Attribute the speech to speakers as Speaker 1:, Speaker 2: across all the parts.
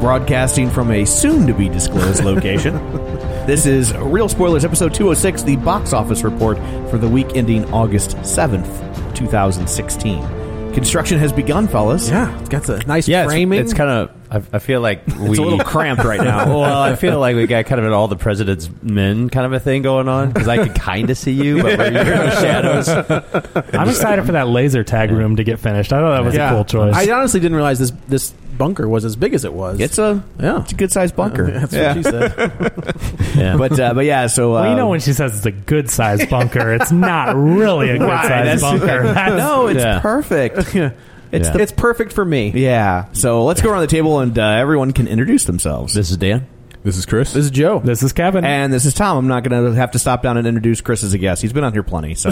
Speaker 1: broadcasting from a soon to be disclosed location. this is Real Spoilers, episode 206, the box office report for the week ending August 7th, 2016. Construction has begun, fellas.
Speaker 2: Yeah, it's got a nice
Speaker 3: yeah, it's-
Speaker 2: framing.
Speaker 3: It's, kind of. I, I feel like we.
Speaker 1: It's a little cramped right now.
Speaker 3: well, I feel like we got kind of an all the president's men kind of a thing going on because I could kind of see you, but we're in the shadows.
Speaker 4: I'm excited for that laser tag room to get finished. I thought that was
Speaker 2: yeah.
Speaker 4: a cool choice.
Speaker 2: I honestly didn't realize this this bunker was as big as it was.
Speaker 1: It's a
Speaker 2: yeah.
Speaker 1: it's a good sized bunker.
Speaker 2: That's what she said.
Speaker 3: Yeah.
Speaker 1: But uh, but yeah, so uh,
Speaker 4: well, you know when she says it's a good sized bunker, it's not really a good
Speaker 1: that's-
Speaker 4: sized bunker. That's-
Speaker 1: no, it's
Speaker 3: Yeah.
Speaker 1: perfect. It's
Speaker 3: Yeah.
Speaker 1: the
Speaker 2: it's perfect for me.
Speaker 1: yeah. So let's go around the table and uh, everyone can introduce themselves.
Speaker 3: This is Dan.
Speaker 5: This is Chris.
Speaker 2: This is Joe.
Speaker 4: This is Kevin.
Speaker 1: and this is Tom. I'm not going to have to stop down and introduce Chris as a guest. He's been on here plenty, so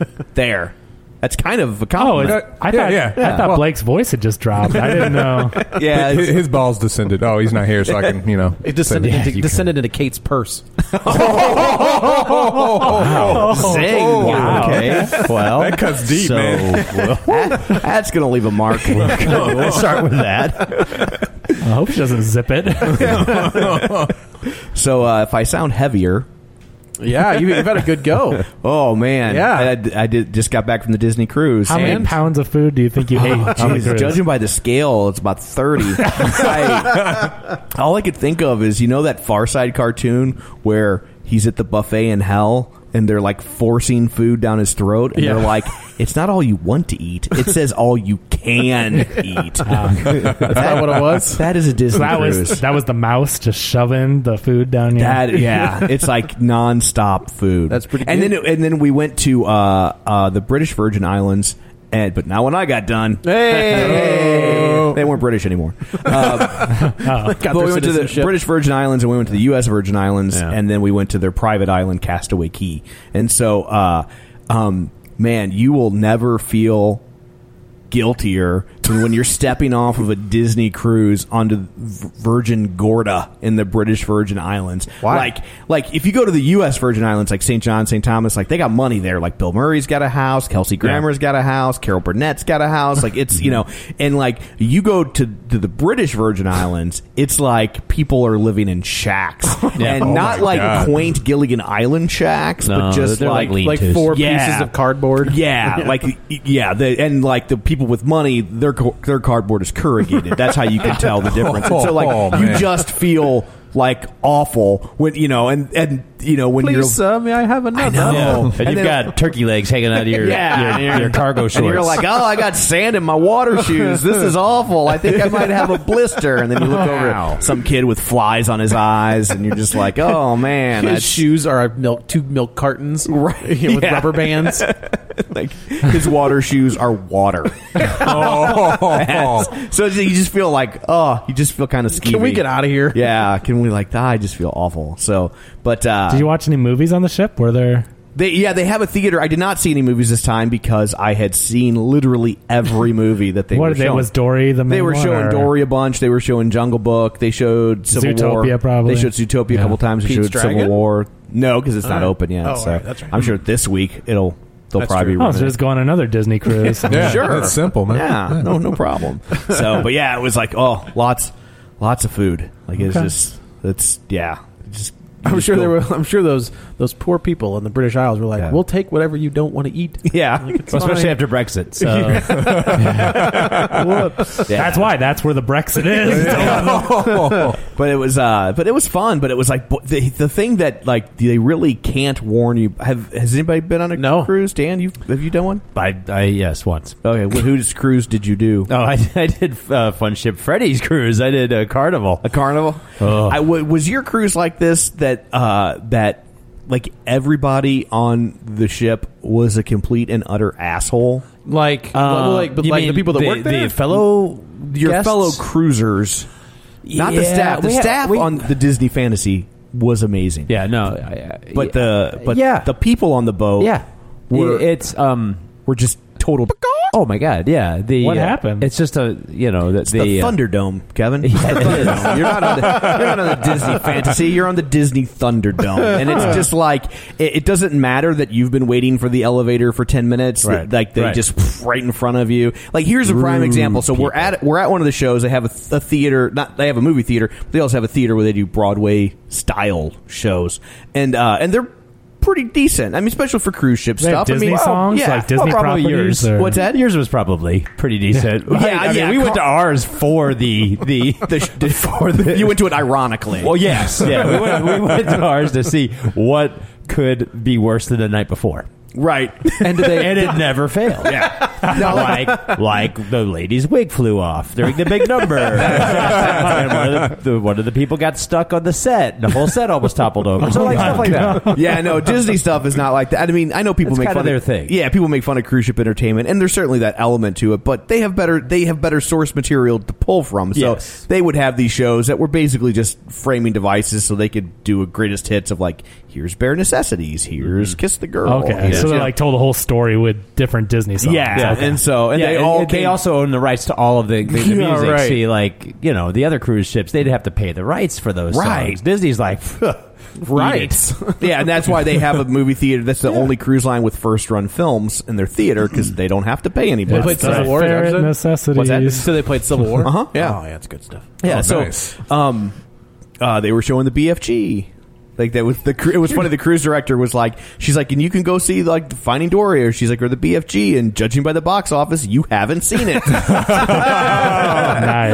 Speaker 1: there. That's kind of a
Speaker 4: oh, it's,
Speaker 1: compliment.
Speaker 4: I thought
Speaker 1: yeah.
Speaker 4: I thought Blake's voice had just dropped. I didn't know.
Speaker 1: yeah, it's-
Speaker 5: His balls descended. Oh, he's not here, so I can, you know.
Speaker 2: It descended, into, descended into Kate's purse.
Speaker 3: Oh,
Speaker 1: Zing.
Speaker 4: wow.
Speaker 1: Okay. Well,
Speaker 5: That cuts deep,
Speaker 1: so,
Speaker 5: man.
Speaker 1: that- that's going to leave a mark.
Speaker 3: Let's start with that.
Speaker 4: I hope she doesn't zip it.
Speaker 1: so uh, if I sound heavier,
Speaker 2: yeah, you, you've had a good go.
Speaker 1: oh man,
Speaker 2: Yeah.
Speaker 1: I, I did just got back from the Disney cruise.
Speaker 4: How many
Speaker 1: And-
Speaker 4: pounds of food do you think you ate? on the
Speaker 1: Jeez,
Speaker 4: cruise?
Speaker 1: judging by the scale, it's about thirty. I- all I could think of is you know that Far Side cartoon where he's at the buffet in hell and they're like forcing food down his throat and they're
Speaker 2: Yeah.
Speaker 1: like, "It's not all you want to eat. It says all you can eat."
Speaker 2: That's not what it was.
Speaker 1: that is a Disney
Speaker 4: So that
Speaker 1: cruise.
Speaker 4: was that was the mouse just shoving the food down your.
Speaker 1: That yeah, it's like nonstop food.
Speaker 2: That's pretty
Speaker 1: And
Speaker 2: good.
Speaker 1: then and then we went to uh, uh, the British Virgin Islands, and but not when I got done.
Speaker 2: Hey. Oh.
Speaker 1: they weren't British anymore. Uh,
Speaker 2: Got
Speaker 1: but
Speaker 2: their
Speaker 1: we went to the
Speaker 2: citizenship.
Speaker 1: British Virgin Islands and we went to the U.S. Virgin Islands
Speaker 3: Yeah.
Speaker 1: and then we went to their private island, Castaway Key. And so, uh, um, man, you will never feel guiltier than when you're stepping off of a Disney cruise onto V- Virgin Gorda in the British Virgin Islands.
Speaker 2: Why?
Speaker 1: Like, like if you go to the U.S. Virgin Islands, like St. John, St. Thomas, like they got money there. Like Bill Murray's got a house, Kelsey Grammer's got a house, Carol Burnett's got a house. Like it's you know, and like you go to to the British Virgin Islands, it's like people are living in shacks and
Speaker 3: Oh
Speaker 1: not
Speaker 5: my
Speaker 1: like
Speaker 5: God.
Speaker 1: quaint Gilligan Island shacks, but
Speaker 3: No,
Speaker 1: just
Speaker 3: they're like lean-
Speaker 2: like
Speaker 3: Lean-tos.
Speaker 2: four
Speaker 1: Yeah.
Speaker 2: pieces of cardboard.
Speaker 1: yeah, like yeah, the, and like the people with money, their co- their cardboard is corrugated. That's how you can tell the difference. And so like
Speaker 5: Oh,
Speaker 1: you
Speaker 5: man.
Speaker 1: just feel like awful when you know, and and you know when
Speaker 2: Please,
Speaker 1: you're.
Speaker 2: sir, may I have another?
Speaker 3: And,
Speaker 1: And
Speaker 3: you've
Speaker 1: then-
Speaker 3: got turkey legs hanging out of your
Speaker 1: Yeah.
Speaker 3: your, your cargo shorts.
Speaker 1: And you're like, oh, I got sand in my water shoes. This is awful. I think I might have a blister. And then you look over at some kid with flies on his eyes, and you're just like, oh man,
Speaker 2: His
Speaker 1: that's-
Speaker 2: shoes are milk, two milk cartons
Speaker 1: Right.
Speaker 2: you know, with
Speaker 1: Yeah.
Speaker 2: rubber bands.
Speaker 1: like his water shoes are water.
Speaker 4: Oh.
Speaker 1: so it's- you just feel like, oh, you just feel kind of skeevy.
Speaker 2: Can we get out of here?
Speaker 1: Yeah, can we like? ah, I just feel awful. So, but uh,
Speaker 4: Did you watch any movies on the ship? Were there?
Speaker 1: They, yeah, they have a theater. I did not see any movies this time because I had seen literally every movie that they
Speaker 4: what
Speaker 1: were
Speaker 4: did they
Speaker 1: showing.
Speaker 4: was Dory the main
Speaker 1: they were
Speaker 4: one,
Speaker 1: showing
Speaker 4: or-
Speaker 1: Dory a bunch. They were showing Jungle Book. They showed Civil War.
Speaker 4: Zootopia, probably.
Speaker 1: They showed Zootopia a
Speaker 4: Yeah.
Speaker 1: couple times. They
Speaker 4: Pete's
Speaker 1: showed Civil
Speaker 4: Dragon?
Speaker 1: War. No, because it's not
Speaker 4: Alright.
Speaker 1: open yet.
Speaker 4: Oh,
Speaker 1: so
Speaker 4: alright, that's right.
Speaker 1: I'm sure this week it'll they'll probably be
Speaker 4: oh, so
Speaker 1: running.
Speaker 4: just go on another Disney cruise.
Speaker 1: sure. Yeah, no, no problem. so, but yeah, it was like oh, lots, lots of food. Like it's
Speaker 2: Okay.
Speaker 1: just it's yeah, just.
Speaker 2: I'm
Speaker 1: just
Speaker 2: sure
Speaker 1: go-
Speaker 2: there were. I'm sure those those poor people in the British Isles were like, "We'll take whatever you don't want to eat."
Speaker 1: Yeah,
Speaker 4: especially after
Speaker 3: Brexit.
Speaker 4: so-
Speaker 2: Whoops.
Speaker 4: That's why. That's where the Brexit is.
Speaker 1: but it was uh but it was fun but it was like bo- the, the thing that like they really can't warn you have has anybody been on a cruise dan you have you done one
Speaker 3: I, I yes once.
Speaker 1: Okay, well, whose cruise did you do?
Speaker 3: Oh, I, I did uh, Fun Ship Freddy's cruise. I did a carnival.
Speaker 1: A carnival. Oh. I w- was your cruise like this that uh that like everybody on the ship was a complete and utter asshole
Speaker 2: like
Speaker 3: uh,
Speaker 2: well, like, but
Speaker 1: you
Speaker 2: like the
Speaker 1: mean
Speaker 2: people that
Speaker 1: the-
Speaker 2: work there,
Speaker 1: the fellow your
Speaker 2: guests?
Speaker 1: fellow cruisers not the
Speaker 2: Yeah,
Speaker 1: staff the
Speaker 2: we had-
Speaker 1: staff
Speaker 2: we-
Speaker 1: on the disney fantasy was amazing
Speaker 3: yeah no I, I,
Speaker 1: but the but
Speaker 3: Yeah.
Speaker 1: the people on the boat
Speaker 3: Yeah.
Speaker 1: were,
Speaker 3: it's um
Speaker 1: we're just total
Speaker 3: Oh my god, yeah. The
Speaker 1: What
Speaker 3: uh,
Speaker 1: happened?
Speaker 3: It's just a you know the,
Speaker 1: the,
Speaker 3: uh,
Speaker 1: Thunderdome, Kevin. It's the
Speaker 3: it is.
Speaker 1: Thunderdome. You're not on the, you're not on the Disney fantasy. You're on the Disney Thunderdome, and it's just like it, it doesn't matter that you've been waiting for the elevator for ten minutes.
Speaker 3: Right.
Speaker 1: Like they
Speaker 3: Right.
Speaker 1: just pff, right in front of you. Like here's a prime
Speaker 3: Rude
Speaker 1: example. So we're at we're at one of the shows. They have a, th- a theater. Not they have a movie theater. But they also have a theater where they do Broadway style shows, and uh, and they're. Pretty decent. I mean, especially for cruise ship
Speaker 4: They have
Speaker 1: stuff. I
Speaker 4: Disney
Speaker 1: mean,
Speaker 4: songs,
Speaker 1: yeah.
Speaker 4: like Disney
Speaker 3: oh, probably
Speaker 4: properties,
Speaker 3: yours.
Speaker 4: or-
Speaker 3: What's that? Yours was probably pretty decent.
Speaker 1: Yeah,
Speaker 3: I mean,
Speaker 1: yeah,
Speaker 3: we went to
Speaker 1: Car-
Speaker 3: ours for the the, for the
Speaker 1: You went to it ironically.
Speaker 3: Well, yes, yeah. We went, we went to ours to see what could be worse than the night before.
Speaker 1: Right.
Speaker 3: And, it never failed. Yeah. like like the lady's wig flew off during the big number. and one of the, the- one of the people got stuck on the set. and The whole set almost toppled over. So like stuff like that.
Speaker 1: Oh, yeah, no, Disney stuff is not like that. I mean, I know people
Speaker 3: It's
Speaker 1: make
Speaker 3: kinda
Speaker 1: fun
Speaker 3: their thing.
Speaker 1: Yeah, people make fun of cruise ship entertainment, and there's certainly that element to it. But they have better they have better source material to pull from. So
Speaker 3: Yes.
Speaker 1: they would have these shows that were basically just framing devices, so they could do a greatest hits of like, here's bare necessities, here's
Speaker 3: Mm-hmm.
Speaker 1: kiss the girl.
Speaker 4: Okay,
Speaker 1: here's-
Speaker 4: so they
Speaker 1: yeah.
Speaker 4: like told a whole story with different Disney songs.
Speaker 1: Yeah,
Speaker 4: Okay.
Speaker 1: and so and they all
Speaker 3: they
Speaker 1: came-
Speaker 3: also own the rights to all of the, the, the
Speaker 1: Yeah,
Speaker 3: music.
Speaker 1: right.
Speaker 3: See, like you know, the other cruise ships, they'd have to pay the rights for those.
Speaker 1: Right.
Speaker 3: songs. Disney's like,
Speaker 1: Right. yeah, and that's why they have a movie theater. That's the only cruise line with first run films in their theater because they don't have to pay anybody.
Speaker 4: It's the ferret necessities.
Speaker 1: What's that?
Speaker 2: So they played Civil War.
Speaker 1: Uh huh. Yeah.
Speaker 2: Oh, yeah, it's good stuff.
Speaker 1: Yeah,
Speaker 2: Oh,
Speaker 1: so
Speaker 2: nice.
Speaker 1: um, uh, they were showing the BFG. Like that was the cru- it was funny. The cruise director was like, she's like, and you can go see like Finding Dory, or she's like, or the BFG, and judging by the box office, you haven't seen it.
Speaker 4: nice.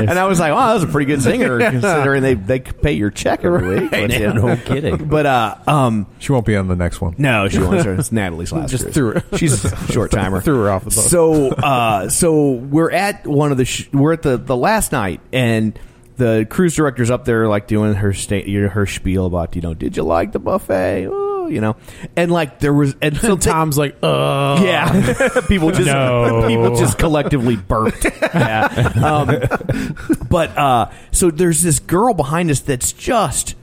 Speaker 1: And I was like, oh, that was a pretty good singer considering they they pay your check every week. But, yeah.
Speaker 3: no kidding.
Speaker 1: But uh, um,
Speaker 5: She won't be on the next one.
Speaker 1: no, she won't. It's Natalie's last.
Speaker 2: Just
Speaker 1: cruise.
Speaker 2: threw her-
Speaker 1: She's a short timer.
Speaker 2: Threw her off the boat.
Speaker 1: So, uh, so we're at one of the sh- we're at the the last night, and the cruise director's up there like doing her sta- your- her spiel about you know did you like the buffet, Ooh, you know, and like there was and so they-
Speaker 2: Tom's like, uh
Speaker 1: yeah, people just
Speaker 4: No.
Speaker 1: people just collectively burped. Yeah. Um, but uh, so there's this girl behind us that's just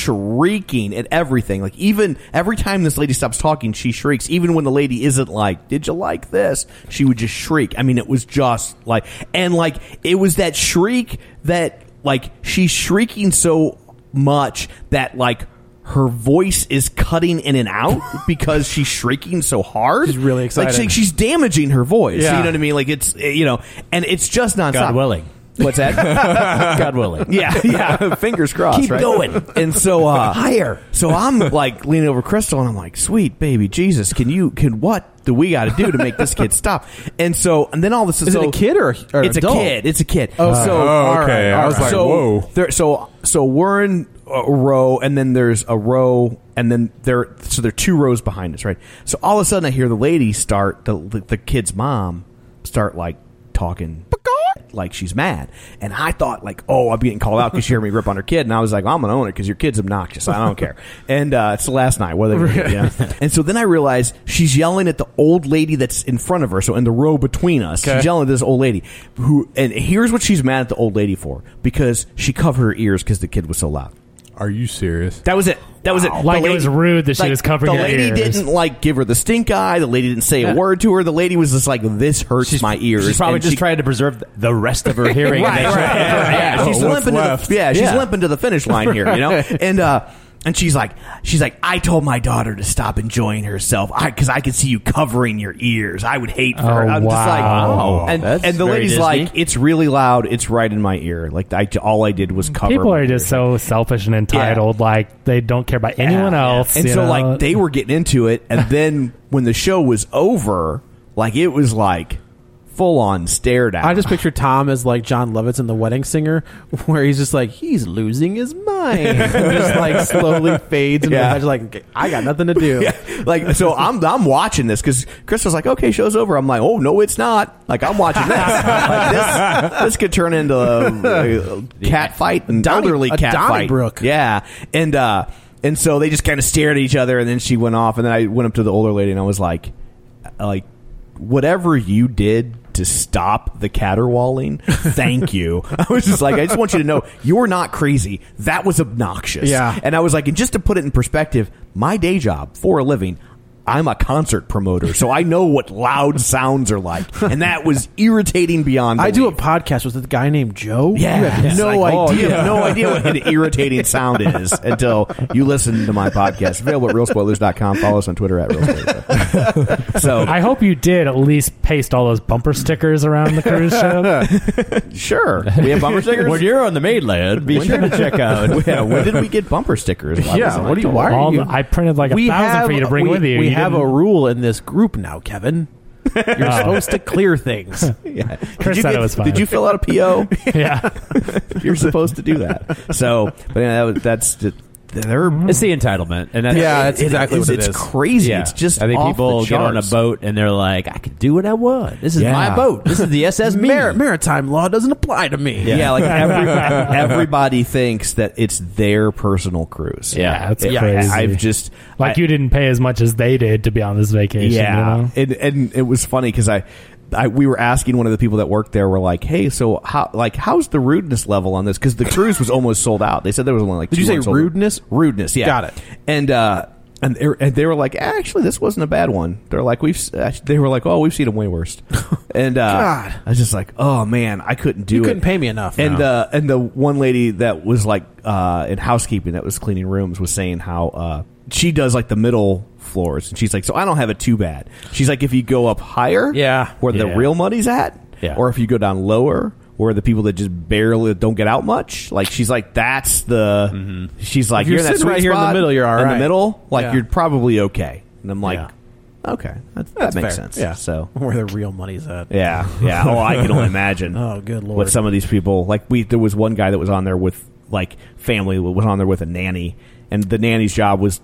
Speaker 1: shrieking at everything. Like even every time this lady stops talking, she shrieks. Even when the lady isn't like, "Did you like this?" She would just shriek. I mean, it was just like, and like it was that shriek that like she's shrieking so much that like. Her voice is cutting in and out because she's shrieking so hard.
Speaker 2: She's really
Speaker 1: Like she-
Speaker 2: excited.
Speaker 1: she's damaging her voice.
Speaker 2: Yeah.
Speaker 1: You know what I mean? Like it's you know, and it's just nonstop.
Speaker 3: God willing.
Speaker 1: What's that?
Speaker 3: God willing.
Speaker 1: yeah, yeah. Fingers crossed.
Speaker 3: Keep
Speaker 1: right?
Speaker 3: going.
Speaker 1: And so uh,
Speaker 3: Higher.
Speaker 1: So I'm like leaning over Crystal, and I'm like, "Sweet baby Jesus, can you can what do we got to do to make this kid stop?" And so, and then all this
Speaker 2: Is
Speaker 1: so,
Speaker 2: it a kid or, a- or
Speaker 1: it's
Speaker 2: adult?
Speaker 1: a kid. It's a kid.
Speaker 2: Oh,
Speaker 1: so
Speaker 2: okay.
Speaker 1: all
Speaker 5: okay.
Speaker 1: right,
Speaker 5: I
Speaker 1: all
Speaker 5: was
Speaker 1: right.
Speaker 5: like,
Speaker 1: so,
Speaker 5: whoa.
Speaker 1: There, so so we're in a row, and then there's a row, and then there. So there are two rows behind us, right? So all of a sudden, I hear the lady start the the, the kid's mom start like talking. Like she's mad, and I thought like, oh, I'm getting called out because she heard me rip on her kid, and I was like, I'm gonna own it because your kid's obnoxious. I don't care. And uh, it's the last night. What are they gonna do, you know? And so then I realized she's yelling at the old lady that's in front of her, so in the row between us,
Speaker 2: Okay.
Speaker 1: she's yelling at this old lady who. And here's what she's mad at the old lady for because she covered her ears because the kid was so loud.
Speaker 5: Are you serious?
Speaker 1: That was it. That was it.
Speaker 5: Like
Speaker 1: The
Speaker 5: it was rude that she was covering
Speaker 1: The
Speaker 5: her
Speaker 1: lady
Speaker 5: ears.
Speaker 1: didn't like give her the stink eye. The lady didn't say
Speaker 3: Yeah.
Speaker 1: a word to her. The lady was just like, "This hurts my ears."
Speaker 3: She's probably
Speaker 1: And
Speaker 3: just
Speaker 1: she-
Speaker 3: trying to preserve the rest of her hearing.
Speaker 1: right, right, right, right. Yeah,
Speaker 3: Oh,
Speaker 2: Oh,
Speaker 1: she's limping. To the, yeah, she's limping to the finish line here. You know, and uh, and she's like, she's like, I told my daughter to stop enjoying herself. I because I could see you covering your ears. I would hate for her.
Speaker 3: Oh,
Speaker 1: I'm just like,
Speaker 3: wow.
Speaker 1: and,
Speaker 3: Oh, That's
Speaker 1: and the
Speaker 3: very
Speaker 1: lady's
Speaker 3: Disney.
Speaker 1: like, it's really loud. It's right in my ear. Like I, all I did was cover.
Speaker 4: People
Speaker 1: my
Speaker 4: are just so selfish and entitled. Like they don't care about anyone
Speaker 1: Yeah.
Speaker 4: else.
Speaker 1: And
Speaker 4: you
Speaker 1: so
Speaker 4: know?
Speaker 1: like they were getting into it, and then when the show was over, like it was like full on stared at.
Speaker 2: I just picture Tom as like John Lovitz in The Wedding Singer, where he's just like he's losing his mind, And just like slowly fades. And
Speaker 1: Yeah.
Speaker 2: yeah. like "Okay, I got nothing to do.
Speaker 1: like so I'm I'm watching this because Chris was like, okay, show's over. I'm like, oh no, it's not. Like I'm watching this. Like, this, this could turn into a, a cat fight, an elderly
Speaker 2: a
Speaker 1: cat
Speaker 2: Donnybrook.
Speaker 1: fight. Yeah, and uh, and so they just kind of stared at each other, and then she went off, and then I went up to the older lady, and I was like, like whatever you did. To stop the caterwauling, thank you. I was just like, I just want you to know you're not crazy. That was obnoxious.
Speaker 2: Yeah.
Speaker 1: And I was like, and just to put it in perspective, my day job for a living, I'm a concert promoter, so I know what loud sounds are like. And that was irritating beyond
Speaker 2: I
Speaker 1: belief.
Speaker 2: do a podcast with a guy named Joe.
Speaker 1: Yeah,
Speaker 2: You have
Speaker 1: no
Speaker 2: no
Speaker 1: idea,
Speaker 2: idea.
Speaker 1: no idea what an irritating sound is until you listen to my podcast. Available at realspoilers.com. Follow us on Twitter at realspoilers. so
Speaker 4: I hope you did at least paste all those bumper stickers around the cruise ship.
Speaker 1: sure, we have bumper stickers.
Speaker 3: When you're on the mainland, be
Speaker 1: When-
Speaker 3: sure to check out.
Speaker 1: Yeah, when did we get bumper stickers? Why
Speaker 2: Yeah,
Speaker 1: wasn't I
Speaker 2: what do you-
Speaker 1: told?
Speaker 2: why are
Speaker 4: All
Speaker 2: you-
Speaker 4: the- I printed like a
Speaker 2: We
Speaker 4: thousand
Speaker 2: have-
Speaker 4: for you to bring
Speaker 2: we-
Speaker 4: with you.
Speaker 2: We
Speaker 4: You
Speaker 2: have a
Speaker 4: didn't- Oh.
Speaker 2: rule in this group now, Kevin. You're supposed to clear things.
Speaker 1: Yeah.
Speaker 4: Chris
Speaker 1: you
Speaker 4: said
Speaker 1: get-
Speaker 4: it was fine.
Speaker 1: Did you fill out a PO?
Speaker 4: yeah.
Speaker 1: You're supposed to do that. So, but yeah, that was, that's just, they're
Speaker 3: It's the entitlement, and that's,
Speaker 1: Yeah, that's exactly what it
Speaker 3: it's
Speaker 1: is. crazy. It's just
Speaker 3: I think
Speaker 1: off
Speaker 3: people
Speaker 1: the
Speaker 3: get on a
Speaker 1: charts.
Speaker 3: boat and they're like, "I can do what I want. This is
Speaker 1: Yeah.
Speaker 3: my boat. This is the SS me."
Speaker 2: Mar- maritime law doesn't apply to me.
Speaker 1: Yeah, like every, everybody thinks that it's their personal cruise.
Speaker 3: Yeah,
Speaker 4: That's
Speaker 1: Yeah,
Speaker 4: crazy.
Speaker 1: I've just
Speaker 4: like
Speaker 1: I-
Speaker 4: you didn't pay as much as they did to be on this vacation.
Speaker 1: Yeah,
Speaker 4: You know?
Speaker 1: and and it was funny because I. I, we were asking one of the people that worked there. We're like, "Hey, so how? Like, how's the rudeness level on this? Because the cruise was almost sold out. They said there was only like."
Speaker 2: Did you
Speaker 1: two
Speaker 2: say
Speaker 1: months sold-
Speaker 2: rudeness?
Speaker 1: Rudeness, yeah.
Speaker 2: Got it.
Speaker 1: And uh, and they, and they were like, "Actually, this wasn't a bad one." They're like, "We've." s- act- They were like, "Oh, we've seen them way worse." And uh,
Speaker 2: God.
Speaker 1: I was just like, "Oh man, I couldn't do
Speaker 2: You
Speaker 1: it."
Speaker 2: couldn't pay me enough,
Speaker 1: And
Speaker 2: no.
Speaker 1: uh, and the one lady that was like uh, in housekeeping that was cleaning rooms was saying how uh, she does like the middle floors and she's like so i don't have it too bad she's like if you go up higher
Speaker 2: Yeah.
Speaker 1: where the
Speaker 3: Yeah.
Speaker 1: real money's at
Speaker 3: Yeah.
Speaker 1: or if you go down lower where the people that just barely don't get out much like she's like that's the she's like
Speaker 2: Mm-hmm. If you're
Speaker 1: in that
Speaker 2: sitting
Speaker 1: sweet
Speaker 2: right here in the
Speaker 1: spot,
Speaker 2: middle, you're all
Speaker 1: in the
Speaker 2: right."
Speaker 1: middle like
Speaker 2: Yeah.
Speaker 1: you're probably okay and i'm like
Speaker 2: Yeah.
Speaker 1: okay that, that
Speaker 2: That's
Speaker 1: makes
Speaker 2: fair.
Speaker 1: sense
Speaker 2: Yeah.
Speaker 1: so
Speaker 2: Where the real money's at.
Speaker 1: yeah, yeah. Oh, I can only imagine.
Speaker 2: Oh, good lord.
Speaker 1: What some of these people like? We there was one guy that was on there with like family was on there with a nanny, and the nanny's job was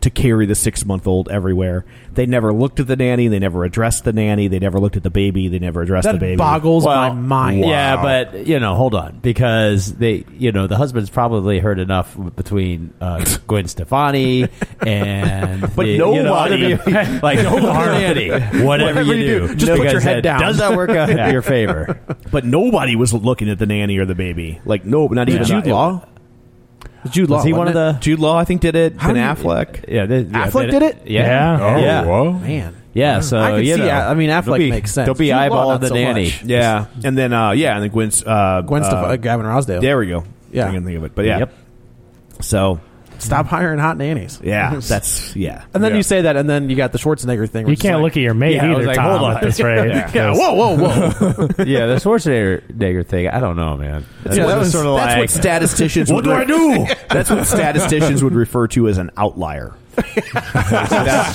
Speaker 1: to carry the six month old everywhere. They never looked at the nanny. They never addressed the nanny. They never looked at the baby. They never addressed
Speaker 2: That
Speaker 1: the baby.
Speaker 2: boggles my mind.
Speaker 3: Yeah, but you know, hold on because they, you know, the husband's probably heard enough w- between uh, Gwen Stefani and
Speaker 1: But
Speaker 3: the, you know,
Speaker 1: nobody-
Speaker 3: other people- like no nanny, whatever, you, do,
Speaker 1: just put
Speaker 3: because
Speaker 1: your head
Speaker 3: that
Speaker 1: down.
Speaker 3: Does not work out in your favor?
Speaker 1: But nobody was looking at the nanny or the baby. Like no, not even
Speaker 3: Jude
Speaker 1: Law.
Speaker 2: Jude Law.
Speaker 3: Was he one of
Speaker 2: wasn't
Speaker 3: the?
Speaker 1: Jude Law, I think, did it. ben
Speaker 2: do you-
Speaker 1: Affleck.
Speaker 3: Yeah, they, yeah,
Speaker 2: Affleck
Speaker 3: they-
Speaker 2: did it?
Speaker 3: Yeah,
Speaker 4: Yeah.
Speaker 5: Oh,
Speaker 3: yeah.
Speaker 5: whoa.
Speaker 2: it? man?
Speaker 3: Yeah, so
Speaker 2: I can
Speaker 3: you
Speaker 2: see.
Speaker 3: know,
Speaker 2: I mean,
Speaker 3: don't
Speaker 2: Affleck
Speaker 3: be-
Speaker 2: makes sense.
Speaker 3: Don't be
Speaker 2: Jude Law,
Speaker 3: eyeballing
Speaker 2: not
Speaker 3: the
Speaker 2: so
Speaker 3: nanny.
Speaker 2: much.
Speaker 1: Yeah, and then uh, yeah, and then Gwen's uh,
Speaker 2: Gwen Stefani,
Speaker 1: uh,
Speaker 2: Gavin Rosdale.
Speaker 1: There we go.
Speaker 2: Yeah.
Speaker 1: I can think of it. But yeah.
Speaker 3: Yep.
Speaker 1: So
Speaker 2: Stop hiring hot nannies.
Speaker 1: yeah, that's yeah.
Speaker 2: And then
Speaker 5: Yeah.
Speaker 2: you say that, and then you got the Schwarzenegger thing.
Speaker 4: You can't look at your mate
Speaker 3: Yeah, I was
Speaker 4: either,
Speaker 3: like,
Speaker 4: Tom,
Speaker 3: hold on.
Speaker 4: at this rate.
Speaker 1: yeah.
Speaker 4: 'cause-
Speaker 1: Whoa, whoa, whoa.
Speaker 3: yeah, the Schwarzenegger thing. I don't know, man. That's
Speaker 1: Yeah,
Speaker 3: what
Speaker 1: that
Speaker 3: it's
Speaker 1: was-
Speaker 3: sorta
Speaker 1: that's
Speaker 3: like-
Speaker 1: what statisticians.
Speaker 3: What
Speaker 1: would
Speaker 3: do I
Speaker 1: re- That's what statisticians would refer to as an outlier. That's-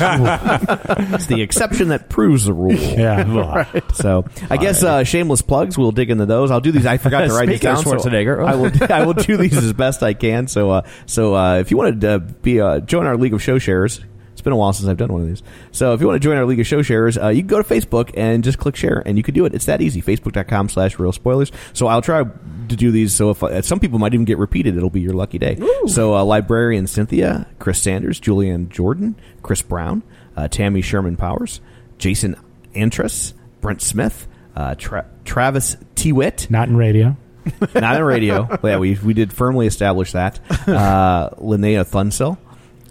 Speaker 1: it's the exception that proves the rule.
Speaker 4: Yeah.
Speaker 1: So I guess uh, shameless plugs. We'll dig into those. I'll do these. I forgot to write these
Speaker 3: Speaking of
Speaker 1: down. so
Speaker 3: Schwarzenegger.
Speaker 1: I will. I will do these as best I can. So uh, so uh, if you want to uh, be uh, join our league of show sharers. It's been a while since I've done one of these. So if you want to join our League of Show Sharers, uh, you can go to Facebook and just click share, and you can do it. It's that easy. Facebook.com slash real spoilers. So I'll try to do these. So if uh, some people might even get repeated, it'll be your lucky day. So uh, librarian Cynthia, Chris Sanders, Julianne Jordan, Chris Brown, uh, Tammy Sherman Powers, Jason Antris, Brent Smith, uh, Tra- Travis Tewitt.
Speaker 4: Not in radio.
Speaker 1: not on radio. yeah, we we did firmly establish that. Uh, Linnea Thunsell,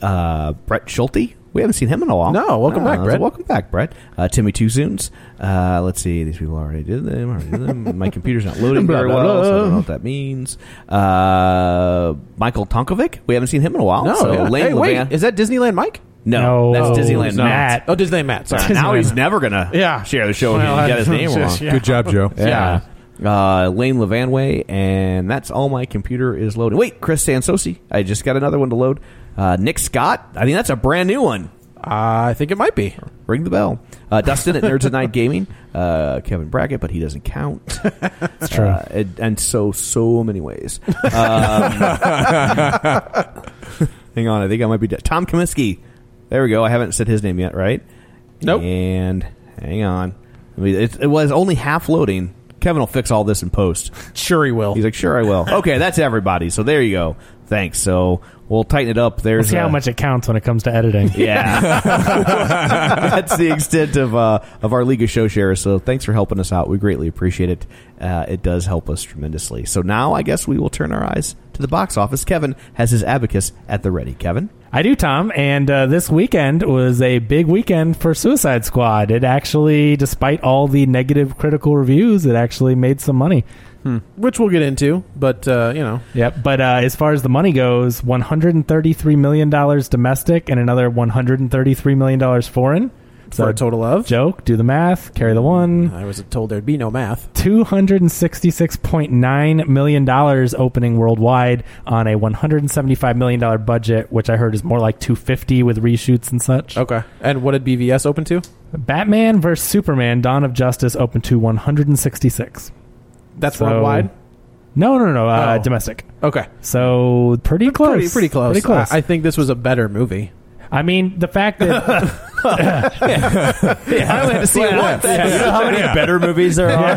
Speaker 1: uh, Brett Schulte. We haven't seen him in a while.
Speaker 2: No, welcome back,
Speaker 1: so
Speaker 2: Brett.
Speaker 1: welcome back, Brett. Uh, Timmy Tuzoons. Uh, let's see. These people already did them. Already did them. My computer's not loading
Speaker 2: Blah,
Speaker 1: very
Speaker 2: blah,
Speaker 1: well, so I don't know
Speaker 2: blah.
Speaker 1: what that means. Uh, Michael Tonkovic. We haven't seen him in a while.
Speaker 2: No,
Speaker 1: so
Speaker 2: yeah.
Speaker 1: Lane
Speaker 2: Hey, wait,
Speaker 1: Levan-
Speaker 2: is that Disneyland Mike? No,
Speaker 1: No, that's Disneyland
Speaker 2: no.
Speaker 1: Matt.
Speaker 2: Oh, Disneyland Matt. Sorry.
Speaker 1: Now
Speaker 2: Disneyland
Speaker 1: he's
Speaker 2: Matt.
Speaker 1: never gonna
Speaker 2: Yeah.
Speaker 1: share the show
Speaker 2: Well,
Speaker 1: if Oh, he got his name wrong.
Speaker 2: just- yeah. Good job, Joe.
Speaker 1: Yeah.
Speaker 2: Yeah.
Speaker 1: Uh, Lane Levanway, and that's all my computer is loading. Wait, Chris Sansosi. I just got another one to load. Uh, Nick Scott. I think that's a brand new one.
Speaker 2: I think it might be.
Speaker 1: Ring the bell. Uh, Dustin at Nerds at Night Gaming. Uh, Kevin Brackett, but he doesn't count. That's
Speaker 4: true.
Speaker 2: Uh,
Speaker 1: and, Uh, and so, so many ways. Um, Hang on, I think I might be dead. Tom Kaminsky. There we go. I haven't said his name yet, right? Nope. And hang on. I mean, it, it was only half loading. Kevin will fix all this in post.
Speaker 2: Sure, he will.
Speaker 1: He's like, sure, I will. Okay, that's everybody. So there you go. Thanks. So we'll tighten it up. There's
Speaker 4: We'll see how
Speaker 1: uh,
Speaker 4: much it counts when it comes to editing.
Speaker 1: Yeah, that's the extent of uh, of our League of Show Shares. So thanks for helping us out. We greatly appreciate it. Uh, it does help us tremendously. So now I guess we will turn our eyes to the box office. Kevin has his abacus at the ready. Kevin.
Speaker 4: I do, Tom. And uh, this weekend was a big weekend for Suicide Squad. It actually, despite all the negative critical reviews, it actually made some money.
Speaker 2: Which we'll get into, but uh, you know,
Speaker 4: Yep. But uh, as far as the money goes, one hundred and thirty-three million dollars domestic and another one hundred and thirty-three million dollars foreign.
Speaker 2: For a total of
Speaker 4: joke. Do the math. Carry the one.
Speaker 2: I was told there'd be no math.
Speaker 4: Two hundred and sixty-six point nine million dollars opening worldwide on a one hundred and seventy-five million dollar budget, which I heard is more like two fifty with reshoots and such.
Speaker 2: Okay. And what did BVS open to?
Speaker 4: Batman vs Superman: Dawn of Justice opened to one hundred and sixty-six.
Speaker 2: That's
Speaker 4: So-
Speaker 2: worldwide.
Speaker 4: No, no, no. Uh,
Speaker 2: Oh.
Speaker 4: Domestic.
Speaker 2: Okay.
Speaker 4: So pretty close.
Speaker 2: Pretty, pretty close.
Speaker 4: Pretty close.
Speaker 2: I, I think this was a better movie.
Speaker 4: I mean, the fact that
Speaker 3: I only had to see
Speaker 2: Well,
Speaker 3: it once.
Speaker 2: that's-
Speaker 3: You know how many better movies there are?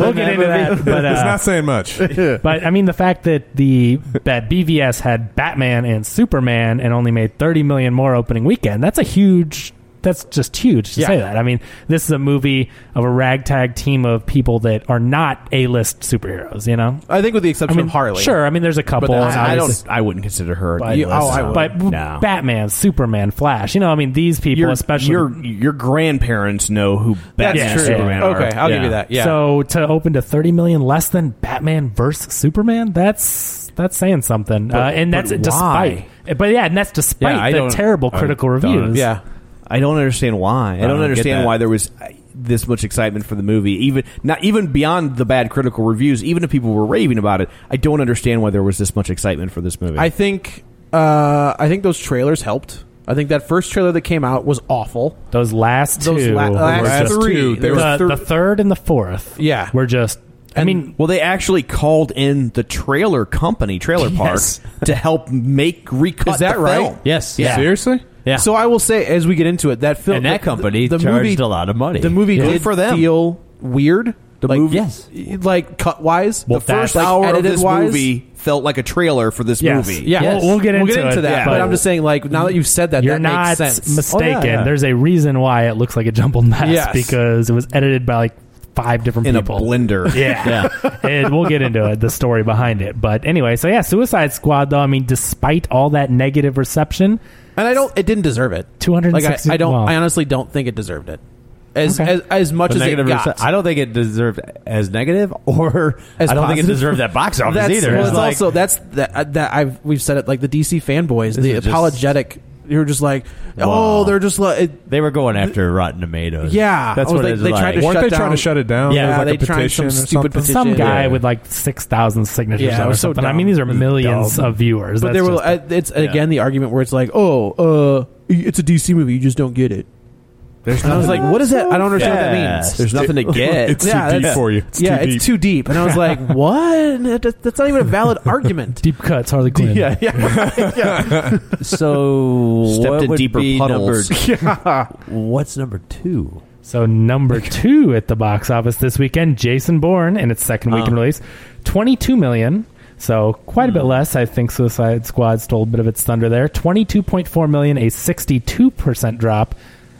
Speaker 4: we'll get into that, but
Speaker 5: it's
Speaker 4: uh,
Speaker 5: not saying much.
Speaker 4: but I mean, the fact that the that BVS had Batman and Superman and only made thirty million more opening weekend. That's a huge. That's just huge to
Speaker 2: Yeah.
Speaker 4: say that. I mean, this is a movie of a ragtag team of people that are not A-list superheroes. You know,
Speaker 2: I think with the
Speaker 4: I
Speaker 2: exception
Speaker 4: mean,
Speaker 2: of Harley.
Speaker 4: Sure, I mean, there's a couple.
Speaker 2: that's-
Speaker 4: and
Speaker 1: I
Speaker 4: obviously-
Speaker 1: don't. I wouldn't consider her.
Speaker 4: But-
Speaker 2: You- oh, I would.
Speaker 4: But
Speaker 1: No.
Speaker 4: Batman, Superman, Flash. You know, I mean, these people,
Speaker 1: your,
Speaker 4: especially
Speaker 1: your your grandparents know who Batman
Speaker 4: That's
Speaker 1: and
Speaker 4: true.
Speaker 1: Superman are.
Speaker 2: Okay, I'll
Speaker 1: Yeah.
Speaker 2: give you that. Yeah.
Speaker 4: So to open to thirty million less than Batman versus Superman, that's that's saying something, uh, and that's
Speaker 1: but
Speaker 4: despite. But yeah, and that's
Speaker 1: Yeah, I
Speaker 4: despite
Speaker 1: don't-
Speaker 4: the terrible
Speaker 1: I
Speaker 4: critical
Speaker 1: don't-
Speaker 4: reviews.
Speaker 2: yeah.
Speaker 1: I don't understand why. I don't,
Speaker 3: don't get
Speaker 1: understand
Speaker 3: that.
Speaker 1: why there was uh, this much excitement for the movie. Even not even beyond the bad critical reviews. Even if people were raving about it, I don't understand why there was this much excitement for this movie.
Speaker 2: I think uh, I think those trailers helped. I think that first trailer that came out was awful.
Speaker 4: those last two,
Speaker 2: Those la-
Speaker 4: were
Speaker 2: last
Speaker 4: just-
Speaker 2: three,
Speaker 5: two, they
Speaker 2: there was
Speaker 4: the,
Speaker 2: thir-
Speaker 4: the third and the fourth,
Speaker 2: Yeah.
Speaker 4: were just. I mean,
Speaker 1: well, they actually called in the trailer company, Trailer Park,
Speaker 4: Yes.
Speaker 1: to help make recut.
Speaker 2: Is that
Speaker 1: the
Speaker 2: right?
Speaker 1: film.
Speaker 3: Yes.
Speaker 2: Yeah.
Speaker 5: Seriously?
Speaker 3: Yeah.
Speaker 2: So I will say, as we get into it, that film
Speaker 3: and that company charged a lot of money.
Speaker 2: The movie
Speaker 1: Good
Speaker 2: did
Speaker 1: for them.
Speaker 2: feel weird. The
Speaker 3: movie- Yes.
Speaker 2: like cut wise,
Speaker 4: Well,
Speaker 2: the
Speaker 4: that's-
Speaker 2: first
Speaker 4: Like,
Speaker 2: hour
Speaker 1: Hour
Speaker 2: of
Speaker 1: of this
Speaker 2: wise,
Speaker 1: movie felt like a trailer for this
Speaker 4: Yes.
Speaker 1: movie.
Speaker 2: Yeah,
Speaker 4: We'll- we'll get into it,
Speaker 2: that.
Speaker 4: yeah.
Speaker 2: But
Speaker 4: but-
Speaker 2: I'm just saying, like, now that you've said that,
Speaker 4: you're
Speaker 2: that
Speaker 4: not
Speaker 2: makes sense.
Speaker 4: mistaken.
Speaker 3: Oh, yeah, yeah.
Speaker 4: There's a reason why it looks like a jumbled mess
Speaker 2: Yes.
Speaker 4: because it was edited by like five different
Speaker 1: In a
Speaker 4: people.
Speaker 1: blender.
Speaker 4: Yeah. and we'll get into it, the story behind it. But anyway, so yeah, Suicide Squad, though, I mean, despite all that negative reception,
Speaker 2: And I don't. It didn't deserve it. Like
Speaker 4: 260
Speaker 2: I, I don't.
Speaker 4: wow.
Speaker 2: I honestly don't think it deserved it. As
Speaker 4: Okay.
Speaker 2: as, as much
Speaker 3: The
Speaker 2: as it
Speaker 3: negative
Speaker 2: got.
Speaker 3: rece- I don't think it deserved as negative, or
Speaker 2: As
Speaker 3: I don't think it
Speaker 2: positive.
Speaker 3: deserved that box office
Speaker 2: that's,
Speaker 3: either.
Speaker 2: Well,
Speaker 3: It's
Speaker 2: it's
Speaker 3: like-
Speaker 2: also that's that, uh, that I've we've said it like the DC fanboys,
Speaker 3: This
Speaker 2: the
Speaker 3: is just-
Speaker 2: apologetic. You're just like, oh,
Speaker 3: Wow.
Speaker 2: they're just like, it,
Speaker 3: they were going after Rotten Tomatoes.
Speaker 2: yeah.
Speaker 3: that's
Speaker 2: I was
Speaker 3: what
Speaker 2: like,
Speaker 3: it is
Speaker 2: they
Speaker 3: like.
Speaker 2: tried to
Speaker 5: Weren't
Speaker 2: shut
Speaker 5: they
Speaker 2: down.
Speaker 5: trying to shut it down?
Speaker 2: Yeah,
Speaker 5: There was like
Speaker 2: they
Speaker 5: a
Speaker 2: tried some
Speaker 5: petition or
Speaker 2: stupid
Speaker 5: something?
Speaker 2: petition.
Speaker 4: some guy
Speaker 2: Yeah.
Speaker 4: with like 6,000 signatures
Speaker 2: Yeah, it
Speaker 4: or
Speaker 2: was so
Speaker 4: something. I
Speaker 2: dumb.
Speaker 4: mean, these are millions
Speaker 2: Dumb.
Speaker 4: of viewers.
Speaker 2: But
Speaker 4: That's
Speaker 2: there were.
Speaker 4: just-
Speaker 2: uh, It's again the argument where it's like, oh, uh, it's a DC movie. You just don't get it. and I was like, what is that? I don't understand what that means.
Speaker 3: Yes.
Speaker 1: There's nothing to get.
Speaker 5: It's
Speaker 2: Yeah,
Speaker 5: too deep
Speaker 2: that's-
Speaker 5: for you. It's
Speaker 2: yeah,
Speaker 5: too deep.
Speaker 2: it's too deep. And I was like, what? That- That's not even a valid argument.
Speaker 4: Deep cuts, Harley Quinn.
Speaker 2: Yeah, yeah.
Speaker 3: So
Speaker 1: Stepped
Speaker 3: what
Speaker 1: in
Speaker 3: would
Speaker 1: deeper
Speaker 3: be
Speaker 1: puddles.
Speaker 3: number- what's number two?
Speaker 4: So number two at the box office this weekend, Jason Bourne in its second weekend release, twenty-two million. So quite a bit less. I think Suicide Squad stole a bit of its thunder there. Twenty-two point four million, a sixty-two percent drop.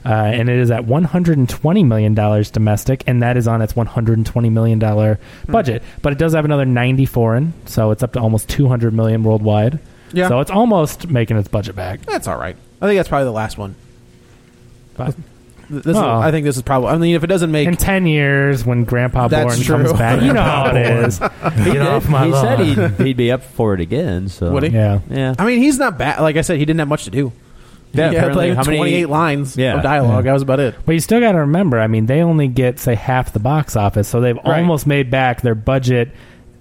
Speaker 4: uh, and it is at 120 million dollars domestic, and that is on its 120 million dollar budget. But it does have another 90 foreign, so it's up to almost 200 million worldwide.
Speaker 2: Yeah.
Speaker 4: So it's almost making its budget back.
Speaker 2: That's all right. I think that's probably the last one.
Speaker 4: Th-
Speaker 2: This
Speaker 4: Oh.
Speaker 2: I think this is probably. I mean, if it doesn't make
Speaker 4: In 10 years, when Grandpa
Speaker 2: That's
Speaker 4: Bourne
Speaker 2: true.
Speaker 4: comes back, you know how it
Speaker 2: Grandpa
Speaker 4: is.
Speaker 2: He
Speaker 4: Get
Speaker 2: did.
Speaker 4: off my
Speaker 2: He said
Speaker 4: lawn.
Speaker 2: he'd-
Speaker 3: He'd be up for it again. So
Speaker 2: Would he?
Speaker 4: Yeah.
Speaker 3: Yeah.
Speaker 2: I mean, he's not bad. Like I said, he didn't have much to do.
Speaker 3: Yeah,
Speaker 2: he had
Speaker 3: apparently.
Speaker 2: like
Speaker 3: How many-
Speaker 2: 28 lines
Speaker 3: Yeah.
Speaker 2: of dialogue. That was about it.
Speaker 4: But you still got to remember, I mean, they only get say half the box office, so they've
Speaker 2: Right.
Speaker 4: almost made back their budget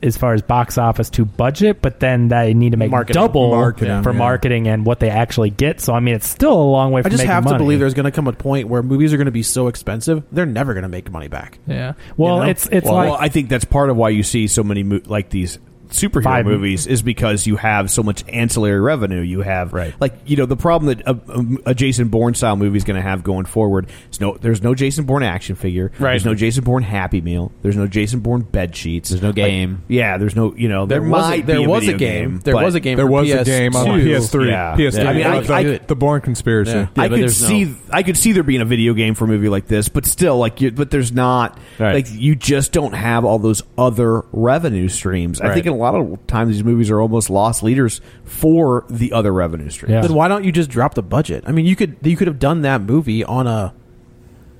Speaker 4: as far as box office to budget, but then they need to make
Speaker 2: Marketing.
Speaker 4: double
Speaker 2: Marketing,
Speaker 4: for
Speaker 2: yeah.
Speaker 4: marketing and what they actually get. So I mean, it's still a long way.
Speaker 2: I
Speaker 4: From
Speaker 2: just
Speaker 4: making
Speaker 2: have to
Speaker 4: money.
Speaker 2: believe there's going to come a point where movies are going to be so expensive, they're never going to make money back.
Speaker 4: Yeah. Well,
Speaker 2: You know?
Speaker 4: it's it's
Speaker 1: well,
Speaker 4: like
Speaker 1: well, I think that's part of why you see so many mo- like these superhero
Speaker 4: Five-
Speaker 1: movies is because you have so much ancillary revenue. You have right. like you know the problem that a, a Jason Bourne style movie is going to have going forward is no there's no Jason Bourne action figure.
Speaker 3: Right.
Speaker 1: There's no Jason Bourne Happy Meal. There's no Jason Bourne bed sheets. There's
Speaker 3: no game.
Speaker 1: yeah. There's no you know there,
Speaker 2: There was a-
Speaker 1: might
Speaker 2: there
Speaker 1: be
Speaker 2: was a
Speaker 1: video
Speaker 2: game. There
Speaker 1: but-
Speaker 2: was a game
Speaker 6: There was a game on
Speaker 1: PS2.
Speaker 6: PS3.
Speaker 1: Yeah.
Speaker 6: PS3.
Speaker 1: Yeah. I mean, I-
Speaker 6: Uh, the,
Speaker 1: I-
Speaker 6: the Born Conspiracy.
Speaker 1: I could see I could see there being a video game for a movie like this, but still, like, you, but there's not
Speaker 3: Right.
Speaker 1: like you just don't have all those other revenue streams. I
Speaker 3: Right.
Speaker 1: think in a lot of times these movies are almost lost leaders for the other revenue streams.
Speaker 2: Then why don't you just drop the budget? I mean, you could you could have done that movie on a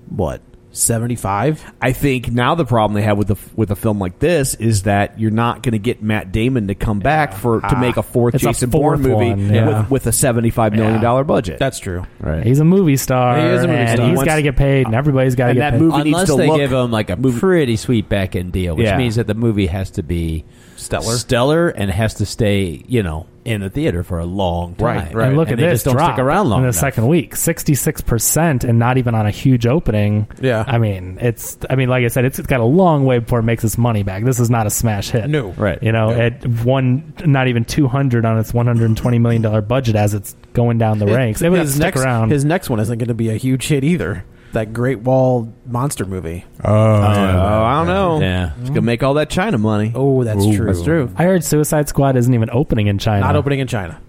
Speaker 2: what seventy five?
Speaker 1: I think now the problem they have with the with a film like this is that you're not going to get Matt Damon to come back for to
Speaker 2: Ah.
Speaker 1: make a fourth
Speaker 2: It's a
Speaker 1: Jason
Speaker 2: fourth
Speaker 1: Bourne movie
Speaker 2: one, yeah.
Speaker 1: with, with a seventy five million dollar budget.
Speaker 2: That's true.
Speaker 1: Right.
Speaker 4: he's a movie star,
Speaker 1: He is a movie
Speaker 4: and
Speaker 1: star.
Speaker 4: he's
Speaker 1: Once-
Speaker 4: got to get paid, and everybody's got to
Speaker 1: And
Speaker 4: get
Speaker 1: that
Speaker 4: paid.
Speaker 1: movie needs
Speaker 3: Unless
Speaker 1: to
Speaker 3: they
Speaker 1: look-
Speaker 3: give him like a pretty sweet back end deal, which
Speaker 1: Yeah.
Speaker 3: means that the movie has to be
Speaker 2: Stellar.
Speaker 3: stellar, and has to stay, you know, in the theater for a long time.
Speaker 4: And look at
Speaker 3: they
Speaker 4: this
Speaker 3: just don't
Speaker 4: drop
Speaker 3: stick around long
Speaker 4: in the
Speaker 3: enough.
Speaker 4: second week, sixty six percent, and not even on a huge opening.
Speaker 2: Yeah.
Speaker 4: I mean, it's. I mean, like I said, it's, it's got a long way before it makes its money back. This is not a smash hit.
Speaker 2: No.
Speaker 3: Right.
Speaker 4: You know, at one, not even two hundred on its one hundred and twenty million dollar budget as it's going down the ranks. It would
Speaker 2: his
Speaker 4: stick
Speaker 2: next
Speaker 4: around.
Speaker 2: his next one isn't going to be a huge hit either. That Great Wall monster movie.
Speaker 1: Oh, I don't know.
Speaker 3: Yeah.
Speaker 1: It's gonna make all that China money.
Speaker 2: Oh, that's true. That's true.
Speaker 4: I heard Suicide Squad isn't even opening in China.
Speaker 2: Not opening in China.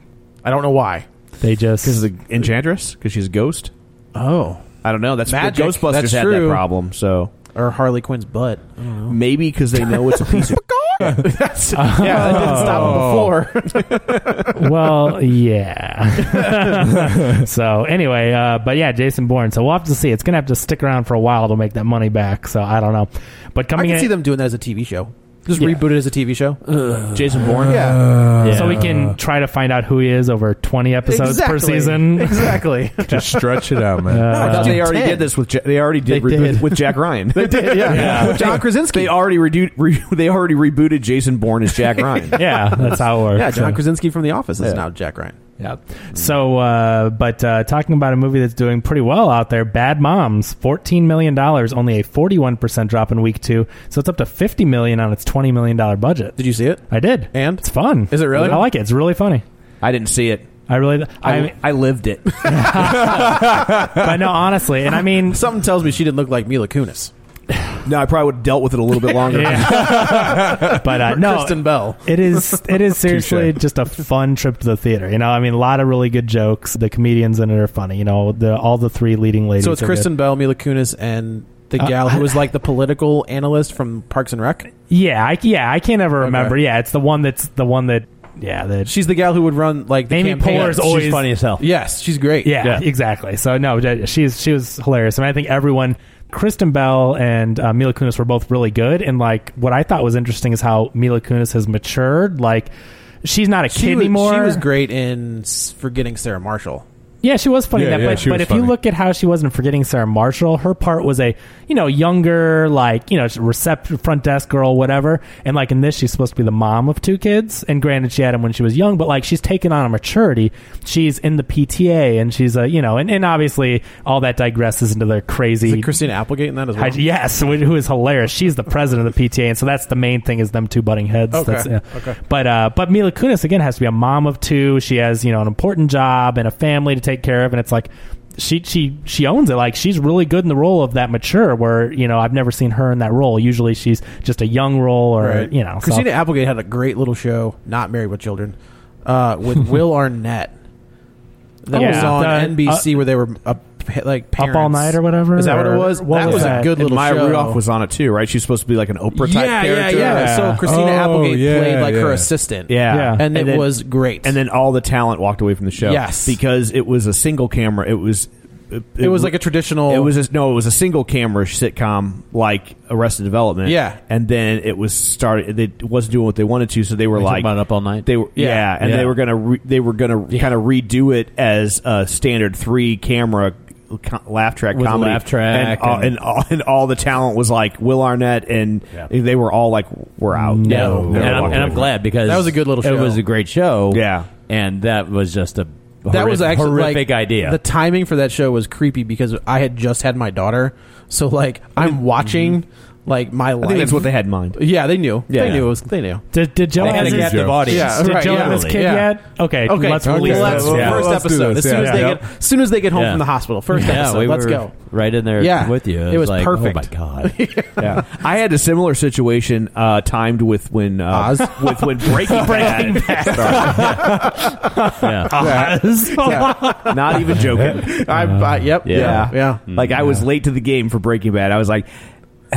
Speaker 2: I don't know why.
Speaker 4: They just
Speaker 1: Because the enchantress, because she's a ghost.
Speaker 2: Oh,
Speaker 1: I don't know. That's
Speaker 2: Magic.
Speaker 1: the Ghostbusters
Speaker 2: That's
Speaker 1: had
Speaker 2: true.
Speaker 1: that problem. So
Speaker 2: or Harley Quinn's butt. I don't know.
Speaker 1: maybe because they know it's a piece of That's- yeah, that didn't
Speaker 4: Oh.
Speaker 1: stop them before.
Speaker 4: well, yeah. so anyway, uh, but yeah, Jason Bourne. So we'll have to see. It's gonna have to stick around for a while to make that money back. So I don't know. But
Speaker 2: I
Speaker 4: coming
Speaker 2: can
Speaker 4: in,
Speaker 2: see them doing that as a TV show. Just
Speaker 4: Yeah.
Speaker 2: reboot it as a TV show.
Speaker 1: Jason Bourne.
Speaker 4: Yeah.
Speaker 3: Yeah.
Speaker 4: So we can try to find out who he is over 20 episodes per
Speaker 2: Exactly.
Speaker 4: season.
Speaker 2: Exactly.
Speaker 6: Just stretch it out, man.
Speaker 1: I thought they already
Speaker 2: Ten.
Speaker 1: did this with ja- they already did,
Speaker 2: They
Speaker 1: reboot
Speaker 2: did.
Speaker 1: with Jack Ryan. they did,
Speaker 2: yeah. With John Krasinski.
Speaker 1: They already redo- re- they already rebooted Jason Bourne as Jack Ryan.
Speaker 4: yeah, that's how it works.
Speaker 2: yeah, John Krasinski from The Office is
Speaker 1: Yeah.
Speaker 2: now Jack Ryan.
Speaker 4: Yeah. So, uh, but uh, talking about a movie that's doing pretty well out there, Bad Moms, fourteen million dollars, only a forty-one percent drop in week two. So it's up to fifty million on its twenty million dollar budget.
Speaker 2: Did you see it?
Speaker 4: I did,
Speaker 2: And?
Speaker 4: it's fun.
Speaker 2: Is it really?
Speaker 4: I like it. It's really funny.
Speaker 1: I didn't see it.
Speaker 4: I really. I.
Speaker 1: I, I lived it.
Speaker 4: but no, honestly, and I mean,
Speaker 2: Something tells me she didn't look like Mila Kunis.
Speaker 1: no, I probably would have dealt with it a little bit longer.
Speaker 4: but uh,
Speaker 2: Or
Speaker 4: no,
Speaker 2: Kristen Bell.
Speaker 4: It is it is seriously just a fun trip to the theater. You know, I mean, a lot of really good jokes. The comedians in it are funny. You know, the all the three leading ladies.
Speaker 2: So it's
Speaker 4: are
Speaker 2: Kristen Bell, Mila Kunis, and the
Speaker 4: Uh,
Speaker 2: gal who was like the political analyst from Parks and Rec.
Speaker 4: Good. Yeah, I, yeah, I can't ever remember. Yeah, it's the one that's the one that. Yeah, that
Speaker 2: She's the gal who would run like the
Speaker 4: Amy
Speaker 2: campaign.
Speaker 4: Poehler's
Speaker 2: She's-
Speaker 4: always-
Speaker 3: She's funny as hell.
Speaker 2: Yes, she's great.
Speaker 4: Yeah, exactly. So no, that- she's she was hilarious, and I think everyone, Kristen Bell and uh, Mila Kunis were both really good. And like what I thought was interesting is how Mila Kunis has matured. Like she's not a
Speaker 2: she
Speaker 4: kid
Speaker 2: was,
Speaker 4: anymore.
Speaker 2: She was great in s- forgetting Sarah Marshall.
Speaker 4: Yeah, she was funny. in
Speaker 6: Yeah,
Speaker 4: that,
Speaker 6: yeah,
Speaker 4: but,
Speaker 6: she
Speaker 4: but
Speaker 6: was
Speaker 4: if you
Speaker 6: funny.
Speaker 4: look at how she was in forgetting Sarah Marshall, her part was a you know younger, like you know, receptive front desk girl, whatever. And like in this, she's supposed to be the mom of two kids. And granted, she had him when she was young, but like she's taken on a maturity. She's in the PTA, and she's a you know, and, and obviously all that digresses into the crazy.
Speaker 2: Is it Christina Applegate in that as well?
Speaker 4: I- yes, wh- who is hilarious. She's the president of the PTA, and so that's the main thing is them two butting heads.
Speaker 2: Okay,
Speaker 4: That's, yeah.
Speaker 2: okay.
Speaker 4: But uh, but Mila Kunis again has to be a mom of two. She has you know an important job and a family to take care of, and it's like she she she owns it. Like she's really good in the role of that mature. Where you know I've never seen her in that role. Usually she's just a young role or
Speaker 2: Right.
Speaker 4: you know so-
Speaker 2: Christina Applegate had a great little show, not married with children, uh, with Will Arnett. That
Speaker 4: Oh, Yeah.
Speaker 2: was on
Speaker 4: The-
Speaker 2: NBC where they were uh, pa- like parents.
Speaker 4: all night or whatever,
Speaker 2: Is that what
Speaker 4: or
Speaker 2: it was?
Speaker 4: what
Speaker 2: that
Speaker 4: was
Speaker 2: was,
Speaker 4: that?
Speaker 2: a good
Speaker 1: And
Speaker 2: little
Speaker 1: Maya
Speaker 2: show.
Speaker 1: Rudolph was on it too, right? She's supposed to be like an Oprah type
Speaker 2: yeah, yeah,
Speaker 1: character.
Speaker 2: yeah. So Christina
Speaker 4: Oh,
Speaker 2: Applegate played like her assistant.
Speaker 1: Yeah,
Speaker 2: and, it
Speaker 1: then-
Speaker 2: was great.
Speaker 1: And then all the talent walked away from the show.
Speaker 2: Yes.
Speaker 1: because it was a single camera. It was. It,
Speaker 2: It was like a traditional-
Speaker 1: It was just, no, it was a single camera sitcom like Arrested Development.
Speaker 2: Yeah.
Speaker 1: and then it was started. They it wasn't doing what they wanted to, so they were
Speaker 3: They took
Speaker 1: like
Speaker 3: mine up all night?
Speaker 1: They were yeah,
Speaker 3: Yeah.
Speaker 1: and
Speaker 3: Yeah.
Speaker 1: they were gonna re, they were gonna kind of redo it as a standard three camera co- laugh track
Speaker 3: With a
Speaker 1: comedy
Speaker 3: laugh track
Speaker 1: and all,
Speaker 3: and-
Speaker 1: and, all, and all the talent was like Will Arnett and they were all like we're out.
Speaker 3: No,
Speaker 1: They
Speaker 3: and,
Speaker 1: were
Speaker 3: I'm,
Speaker 1: walking
Speaker 3: and
Speaker 1: away
Speaker 3: I'm
Speaker 1: from
Speaker 3: glad
Speaker 1: it.
Speaker 3: because It was a great show.
Speaker 1: Yeah,
Speaker 3: and that was just a horrific,
Speaker 2: that was actually
Speaker 3: horrific
Speaker 2: like,
Speaker 3: idea.
Speaker 2: The timing for that show was creepy because I had just had my daughter, so like I'm watching like my life.
Speaker 1: mm-hmm. that's what they had in mind.
Speaker 2: Yeah, they knew.
Speaker 1: Yeah.
Speaker 2: they knew it was. They knew.
Speaker 4: Did, did Joe
Speaker 2: They had
Speaker 4: have
Speaker 2: a
Speaker 4: his,
Speaker 2: captive audience.
Speaker 4: Yeah,
Speaker 2: Did
Speaker 4: right,
Speaker 2: Joe have
Speaker 4: yeah.
Speaker 2: his kid
Speaker 4: Yeah.
Speaker 2: yet? Okay,
Speaker 4: Okay,
Speaker 2: let's
Speaker 4: okay,
Speaker 2: release
Speaker 4: let's-
Speaker 2: that.
Speaker 4: yeah.
Speaker 2: First
Speaker 4: Let's do
Speaker 2: episode.
Speaker 4: this,
Speaker 2: As soon
Speaker 4: yeah.
Speaker 2: as they
Speaker 4: Yep.
Speaker 2: get, as soon as they get home
Speaker 3: Yeah.
Speaker 2: from the hospital. First
Speaker 3: yeah,
Speaker 2: episode.
Speaker 3: we
Speaker 2: let's
Speaker 3: were
Speaker 2: go.
Speaker 3: right in there
Speaker 2: Yeah.
Speaker 3: with you.
Speaker 2: It
Speaker 3: It's
Speaker 2: was
Speaker 3: like,
Speaker 2: perfect.
Speaker 3: Oh my god!
Speaker 1: yeah. I had a similar situation uh, timed with when uh, with when Breaking Bad.
Speaker 3: Breaking
Speaker 1: yeah.
Speaker 4: Oz.
Speaker 1: Yeah. Not even joking. I,
Speaker 4: Uh,
Speaker 1: I, yep.
Speaker 2: Yeah. Yeah.
Speaker 4: Hmm.
Speaker 1: Like I was late to the game for Breaking Bad. I was like,
Speaker 4: I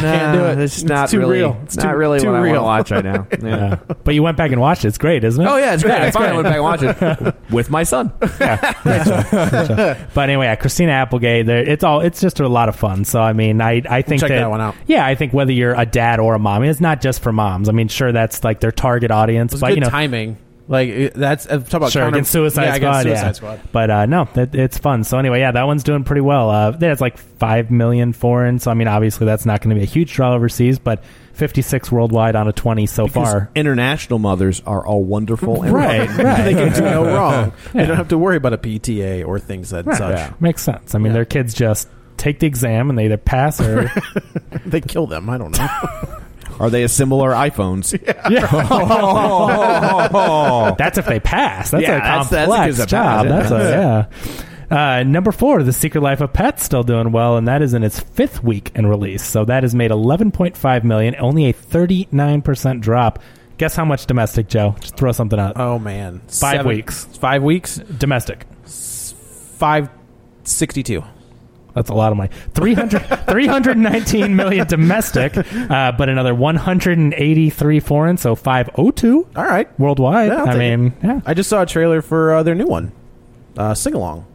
Speaker 1: can't do it. Uh, It's not
Speaker 4: too
Speaker 1: really-
Speaker 4: real.
Speaker 1: it's not really what I wanna watch right now. Yeah.
Speaker 4: But you went back and watched it. It's great, isn't it?
Speaker 1: "Oh yeah, it's great. I
Speaker 4: It's
Speaker 1: finally
Speaker 4: great.
Speaker 1: went back and watched it with my son."
Speaker 4: but anyway, yeah, Christina Applegate. There, it's all. It's just a lot of fun. So I mean, I I think
Speaker 2: Check that one out.
Speaker 4: Yeah, I think whether you're a dad or a mom, it's not just for moms. I mean, sure, that's like their target audience,
Speaker 2: It was
Speaker 4: but
Speaker 2: good
Speaker 4: you know,
Speaker 2: timing. Like it- that's uh, talk about
Speaker 4: sure
Speaker 2: counter-
Speaker 4: against Suicide
Speaker 2: yeah,
Speaker 4: Squad.
Speaker 2: against Suicide
Speaker 4: yeah.
Speaker 2: Squad.
Speaker 4: but uh, no, it, it's fun. So anyway, yeah, that one's doing pretty well. Uh, it's like five million foreign. So I mean, obviously, that's not going to be a huge draw overseas, but 56 worldwide on a 20 so far.
Speaker 1: International mothers are all wonderful, and
Speaker 4: Right,
Speaker 1: loving.
Speaker 4: right.
Speaker 2: they can do no wrong. They
Speaker 4: Yeah.
Speaker 2: don't have to worry about a PTA or things that
Speaker 4: Right.
Speaker 2: such.
Speaker 4: Makes sense. I mean, their kids just take the exam and they either pass or
Speaker 2: they kill them. I don't know.
Speaker 1: Are they a similar iPhones?
Speaker 4: Oh. that's if they pass. That's
Speaker 1: Yeah,
Speaker 4: a
Speaker 1: that's-
Speaker 4: complex
Speaker 1: that's because of
Speaker 4: job.
Speaker 1: passion.
Speaker 4: That's a yeah. Uh, number four, The Secret Life of Pets, still doing well, and that is in its fifth week in release. So that has made 11.5 million, only a 39 percent drop. Guess how much domestic, Joe? Just throw something
Speaker 1: Uh.
Speaker 4: out.
Speaker 2: Oh man,
Speaker 4: Five weeks.
Speaker 2: Five weeks.
Speaker 4: Domestic.
Speaker 2: Five sixty-two.
Speaker 4: That's a lot of money. 300, 319 million domestic, uh, but another 183 foreign, so 502
Speaker 2: All right.
Speaker 4: worldwide.
Speaker 2: Yeah, I'll
Speaker 4: I
Speaker 2: take
Speaker 4: mean,
Speaker 2: it. I just saw a trailer for uh, their new one, uh, Sing Along.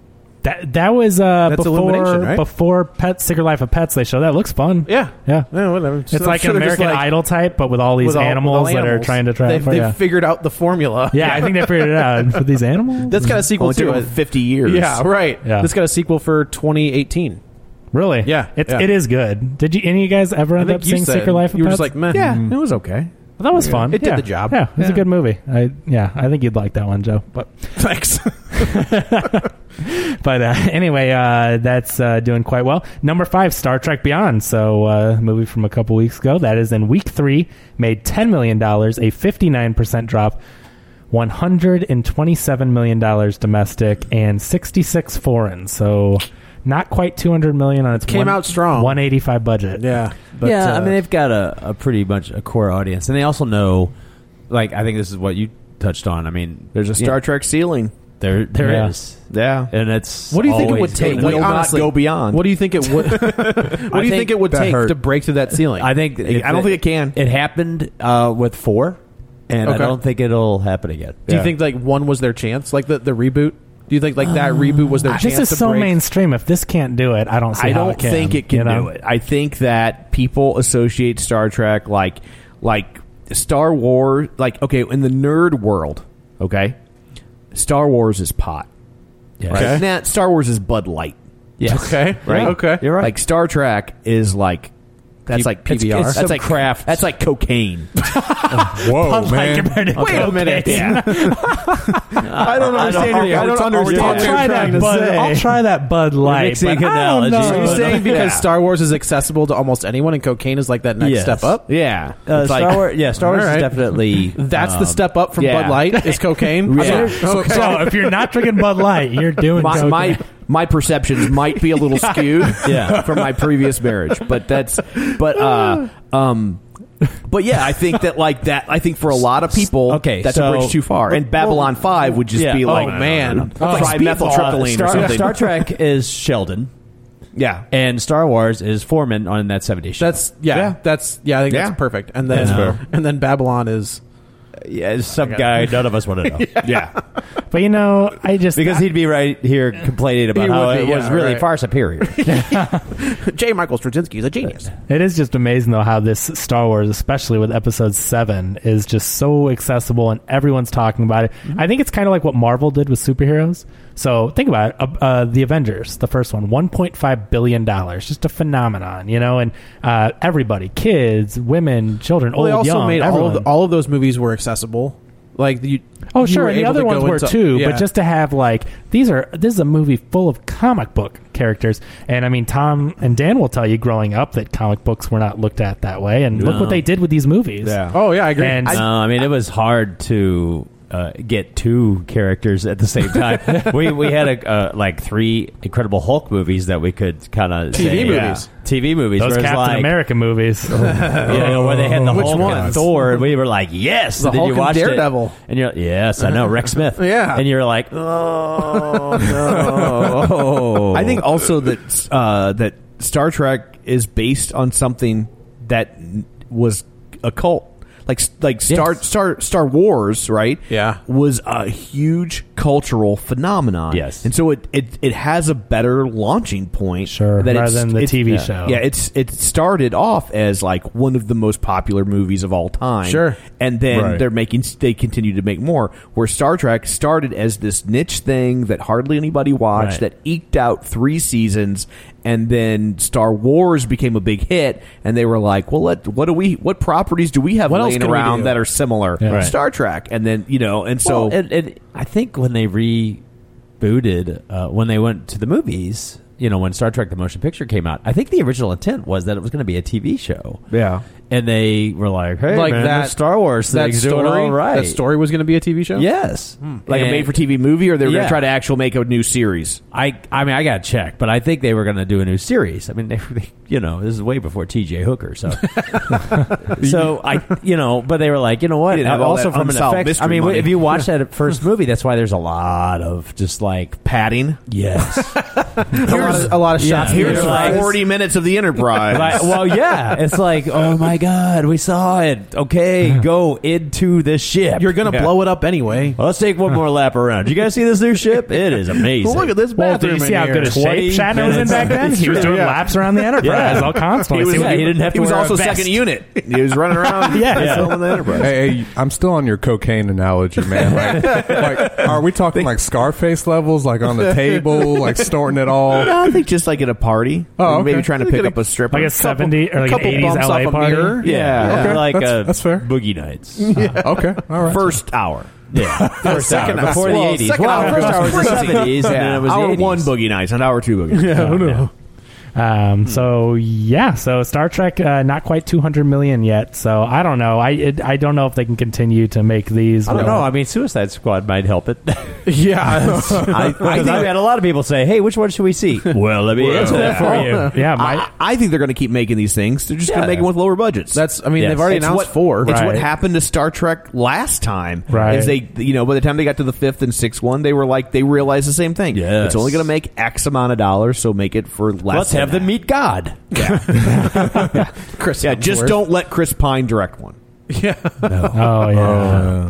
Speaker 4: That that was uh,
Speaker 2: That's
Speaker 4: before
Speaker 2: Illumination, right?
Speaker 4: before Pet Secret Life of Pets. They show that looks fun.
Speaker 2: Yeah,
Speaker 4: yeah.
Speaker 2: yeah whatever.
Speaker 4: It's like an American Idol type, but with all these animals, that are trying to try.
Speaker 2: They've,
Speaker 4: for
Speaker 2: they've
Speaker 4: ya.
Speaker 2: figured out the formula.
Speaker 4: yeah, I think they figured it out for these animals.
Speaker 2: that's got a sequel
Speaker 1: Only took
Speaker 2: too.
Speaker 1: them fifty years.
Speaker 2: Yeah, right.
Speaker 4: Yeah.
Speaker 2: That's got a sequel for 2018.
Speaker 4: Really?
Speaker 2: Yeah,
Speaker 4: it's
Speaker 2: yeah.
Speaker 4: it is good. Did you any of you guys ever
Speaker 2: I
Speaker 4: end up
Speaker 2: think you
Speaker 4: seeing
Speaker 2: said
Speaker 4: Secret Life of
Speaker 2: you were
Speaker 4: Pets?
Speaker 2: just like, meh.
Speaker 1: Yeah, it was okay.
Speaker 4: Well, that was fun.
Speaker 2: It did
Speaker 4: Yeah.
Speaker 2: the job.
Speaker 4: Yeah, it was
Speaker 2: Yeah.
Speaker 4: a good movie. I yeah, I think you'd like that one, Joe. But
Speaker 2: Thanks.
Speaker 4: but uh, anyway, uh, that's uh, doing quite well. Number five, Star Trek Beyond. So, uh, movie from a couple weeks ago. That is in week three, made $10 million, a 59% drop, $127 million domestic, and 66 foreign. So, not quite 200 million on its
Speaker 2: Came out strong.
Speaker 4: 185 budget.
Speaker 2: yeah,
Speaker 3: yeah,
Speaker 2: uh,
Speaker 3: I mean they've got a, a pretty much a core audience, and they also know. Like I think this is what you touched on. I mean,
Speaker 1: There's a
Speaker 3: yeah,
Speaker 1: Star Trek ceiling.
Speaker 3: There, there is,
Speaker 4: Yeah.
Speaker 1: Yeah.
Speaker 3: and it's.
Speaker 2: What do you think it
Speaker 3: always
Speaker 2: would take?
Speaker 3: been-
Speaker 2: Like,
Speaker 1: will not
Speaker 2: honestly,
Speaker 1: go beyond.
Speaker 2: What do you think it would? what do you think,
Speaker 3: think
Speaker 2: it would
Speaker 3: that
Speaker 2: take
Speaker 3: hurt.
Speaker 2: to break through that ceiling?
Speaker 3: I think if
Speaker 1: I don't think it can.
Speaker 3: It happened uh, with four, and
Speaker 2: Okay.
Speaker 3: I don't think it'll happen again.
Speaker 2: Do you think like one was their chance? Like the the reboot? Do you think like
Speaker 3: Um,
Speaker 2: that reboot was their chance?
Speaker 4: This
Speaker 2: to
Speaker 4: is so
Speaker 2: break?
Speaker 4: mainstream. If this can't do it, I don't see
Speaker 1: I
Speaker 4: how
Speaker 1: don't
Speaker 4: it can.
Speaker 1: think it can
Speaker 4: you know?
Speaker 1: do it. I think that people associate Star Trek like like Star Wars like okay, in the nerd world, okay? Star Wars is pot.
Speaker 3: Yeah.
Speaker 1: Right? Nah, Star Wars is Bud Light.
Speaker 3: Yes.
Speaker 2: Okay.
Speaker 1: Right?
Speaker 2: Yeah, okay.
Speaker 1: You're right. Like Star Trek is like
Speaker 2: P-
Speaker 1: that's like
Speaker 2: PBR.
Speaker 1: That's,
Speaker 2: It's some
Speaker 1: like craft. That's like cocaine.
Speaker 6: Whoa,
Speaker 4: Like,
Speaker 6: man.
Speaker 4: compared to
Speaker 2: Wait a
Speaker 4: cocaine.
Speaker 2: minute.
Speaker 1: I don't understand.
Speaker 2: it. I don't
Speaker 4: I'll
Speaker 2: understand Yeah.
Speaker 4: try that Bud. I'll try that Bud Light.
Speaker 3: mixing
Speaker 4: But I don't
Speaker 3: analogies.
Speaker 4: know.
Speaker 2: Are you
Speaker 3: Yeah.
Speaker 2: saying because Star Wars is accessible to almost anyone and cocaine is like that next
Speaker 3: Yes.
Speaker 2: step up?
Speaker 1: Yeah.
Speaker 3: Uh,
Speaker 1: It's
Speaker 3: Star
Speaker 1: like-
Speaker 3: Wars, yeah, Star Wars
Speaker 2: Alright.
Speaker 3: is definitely
Speaker 2: That's the
Speaker 3: um,
Speaker 2: step up from
Speaker 1: yeah.
Speaker 2: Bud Light is cocaine.
Speaker 1: Yeah.
Speaker 2: So-
Speaker 4: So, so if you're not drinking Bud Light, you're doing
Speaker 1: my,
Speaker 4: cocaine.
Speaker 1: my my perceptions might be a little skewed
Speaker 3: Yeah.
Speaker 1: from my previous marriage, but that's but uh um But yeah, I think that like that. I think for a lot of people,
Speaker 3: Okay,
Speaker 1: that's
Speaker 3: so-
Speaker 1: a bridge too far. And Babylon Five would just
Speaker 3: Yeah.
Speaker 1: be
Speaker 3: Oh,
Speaker 1: like,
Speaker 3: man.
Speaker 1: it's like dimethyltryptamine
Speaker 3: Star,
Speaker 1: or something.
Speaker 3: Star Trek is Sheldon.
Speaker 1: Yeah,
Speaker 3: and Star Wars is Foreman on that '70s. Show. That's
Speaker 2: Yeah, that's yeah. I think
Speaker 3: Yeah.
Speaker 2: that's perfect. And then uh,
Speaker 3: That's fair.
Speaker 2: and then Babylon is
Speaker 3: yeah, some guy none of us want to know. yeah.
Speaker 4: But you know, I just
Speaker 3: because he'd be right here complaining about
Speaker 2: He
Speaker 3: how
Speaker 2: would
Speaker 3: it
Speaker 2: be,
Speaker 3: was
Speaker 2: yeah,
Speaker 3: really
Speaker 2: right.
Speaker 3: far superior.
Speaker 2: J. Michael Straczynski is a genius.
Speaker 4: It is just amazing though how this Star Wars, especially with Episode Seven, is just so accessible and everyone's talking about it.
Speaker 2: Mm-hmm.
Speaker 4: I think it's kind of like what Marvel did with superheroes. So think about it. Uh, uh, the Avengers, the first one, one point five billion dollars, just a phenomenon, you know. And uh, everybody, kids, women, children,
Speaker 2: Well,
Speaker 4: old,
Speaker 2: they also
Speaker 4: young,
Speaker 2: made all of,
Speaker 4: everyone.
Speaker 2: the, all of those movies were accessible. Like you,
Speaker 4: Oh
Speaker 2: you
Speaker 4: sure,
Speaker 2: were
Speaker 4: and the
Speaker 2: able
Speaker 4: other
Speaker 2: to
Speaker 4: ones
Speaker 2: go
Speaker 4: were
Speaker 2: into-
Speaker 4: too,
Speaker 2: yeah.
Speaker 4: but just to have like these are this is a movie full of comic book characters, and I mean Tom and Dan will tell you growing up that comic books were not looked at that way, and look
Speaker 3: No.
Speaker 4: what they did with these movies. uh,
Speaker 2: Oh,
Speaker 4: And
Speaker 3: no, I mean it was hard to uh, get two characters at the same time. we we had a, uh, like three Incredible Hulk movies that we could kind of
Speaker 4: TV movies.
Speaker 3: TV movies,
Speaker 4: those
Speaker 3: whereas,
Speaker 4: Captain
Speaker 3: like,
Speaker 4: America movies, you
Speaker 3: you know, where they had the Hulk and Thor, and we were like, yes.
Speaker 4: The
Speaker 3: and then
Speaker 4: Hulk
Speaker 3: you
Speaker 4: and
Speaker 3: watched
Speaker 4: Daredevil.
Speaker 3: It, and you're yes, I know Rex Smith. yeah, and you're like, oh no.
Speaker 1: I think also that uh, that Star Trek is based on something that n- was a cult. Like like Star Star Star Wars, right? Yeah, was a huge cultural phenomenon. Yes, and so it it, it has a better launching point. Sure,
Speaker 4: rather than the TV show.
Speaker 1: Yeah, it's it started off as like one of the most popular movies of all time.
Speaker 2: Sure.
Speaker 1: and then
Speaker 2: Right.
Speaker 1: they're making they continue to make more. Where Star Trek started as this niche thing that hardly anybody watched
Speaker 3: Right.
Speaker 1: that eked out three seasons and then Star Wars became a big hit and they were like, Well let what do we what properties do we have
Speaker 3: What else
Speaker 1: laying
Speaker 3: can we
Speaker 1: around
Speaker 3: do?
Speaker 1: that are similar?
Speaker 3: Yeah. Right.
Speaker 1: Star Trek. And then you know, and so
Speaker 3: Well, and, and I think when they rebooted, uh, when they went to the movies, you know, when Star Trek: The Motion Picture came out, I think the original intent was that it was going to be a TV show.
Speaker 1: Yeah,
Speaker 3: and they were like, "Hey,
Speaker 2: like
Speaker 3: man,
Speaker 2: that
Speaker 3: this Star Wars
Speaker 2: that
Speaker 3: thing's
Speaker 2: story,
Speaker 3: doing all right."
Speaker 2: That story was going to be a TV show.
Speaker 3: Yes.
Speaker 1: like a
Speaker 3: And-
Speaker 1: made for TV movie or they were
Speaker 3: Hmm. Yeah.
Speaker 1: gonna try to actually make a new series.
Speaker 3: I I mean I got to check, but I think they were going to do a new series. I mean, they, they- you know, this is way before T.J. Hooker, so so I you know, but they were like, you know what? Uh,
Speaker 1: You didn't have all
Speaker 3: also
Speaker 1: that
Speaker 3: from an
Speaker 1: unsolved
Speaker 3: effects, I
Speaker 1: mystery
Speaker 3: mean,
Speaker 1: money.
Speaker 3: if you watch that first movie, that's why there's a lot of just like
Speaker 1: padding.
Speaker 3: Yes,
Speaker 2: a lot of, a lot of shots.
Speaker 3: Yeah.
Speaker 2: Here's
Speaker 3: Here's like-
Speaker 1: Forty minutes of the Enterprise.
Speaker 3: Like, well, yeah, it's like, oh my god, we saw it. Okay, go into the ship.
Speaker 2: You're gonna
Speaker 3: Yeah.
Speaker 2: blow it up anyway.
Speaker 3: Let's take one more lap around. You guys see this new ship? It is amazing.
Speaker 2: Well, look at this
Speaker 4: Well, did you
Speaker 2: bathroom
Speaker 4: see
Speaker 2: in
Speaker 4: how
Speaker 2: here.
Speaker 4: good a shape
Speaker 3: 20
Speaker 4: Shatner was in
Speaker 3: minutes.
Speaker 4: back then? He was doing
Speaker 3: Yeah.
Speaker 4: laps around the Enterprise
Speaker 3: Yeah.
Speaker 4: all constantly.
Speaker 3: He was-
Speaker 4: See what
Speaker 3: yeah, he didn't have
Speaker 1: he
Speaker 3: to
Speaker 1: was
Speaker 3: wear a
Speaker 1: also
Speaker 3: vest.
Speaker 1: second unit. He was running around
Speaker 4: Yeah.
Speaker 1: yeah. filming the Enterprise.
Speaker 6: Hey, hey, I'm still on your cocaine analogy, man. Like, like, are we talking like Scarface levels, like on the table, like snorting it all?
Speaker 1: No, I think just like at a party.
Speaker 6: Oh,
Speaker 1: Or maybe
Speaker 6: okay.
Speaker 1: trying to
Speaker 6: Like
Speaker 1: pick
Speaker 6: a-
Speaker 1: up a stripper.
Speaker 4: Like a 70 or like an 80s
Speaker 1: bumps
Speaker 4: LA
Speaker 1: off a
Speaker 4: party?
Speaker 1: mirror.
Speaker 3: Yeah,
Speaker 1: Yeah.
Speaker 3: yeah.
Speaker 1: Okay.
Speaker 3: like
Speaker 1: That's-
Speaker 3: a that's fair. boogie nights.
Speaker 6: okay, all right.
Speaker 1: First hour.
Speaker 3: Yeah, first hour before the eighties.
Speaker 1: Second hour,
Speaker 3: first hour was the seventies, and then it was the
Speaker 1: hour
Speaker 3: 80s.
Speaker 1: one boogie nights, and hour two boogie nights.
Speaker 4: Yeah, who knew? Um, so yeah, so Star Trek uh, not quite 200 million yet. So I don't know. I it, I don't know if they can continue to make these.
Speaker 3: I don't
Speaker 4: with-
Speaker 3: know. I mean, Suicide Squad might help it.
Speaker 2: Yeah,
Speaker 3: I, think we had a lot of people say, "Hey, which one should we see?" Well, let me answer that for you.
Speaker 4: Yeah,
Speaker 1: I, I think they're going to keep making these things. They're just going
Speaker 3: Yeah.
Speaker 1: to make them with lower budgets.
Speaker 2: That's- I mean, Yes. they've already
Speaker 1: It's
Speaker 2: announced
Speaker 1: what-
Speaker 2: four.
Speaker 1: It's what
Speaker 2: Right.
Speaker 1: happened to Star Trek last time.
Speaker 4: Right.
Speaker 1: Is they, you know, by the time they got to the fifth and sixth one, they were like, they realized the same thing.
Speaker 3: Yes.
Speaker 1: It's only going to make X amount of dollars, so make it for less.
Speaker 3: Let's have them meet God.
Speaker 2: Chris.
Speaker 1: Yeah, just
Speaker 2: Hemsworth.
Speaker 1: don't let Chris Pine direct one.
Speaker 4: Oh yeah.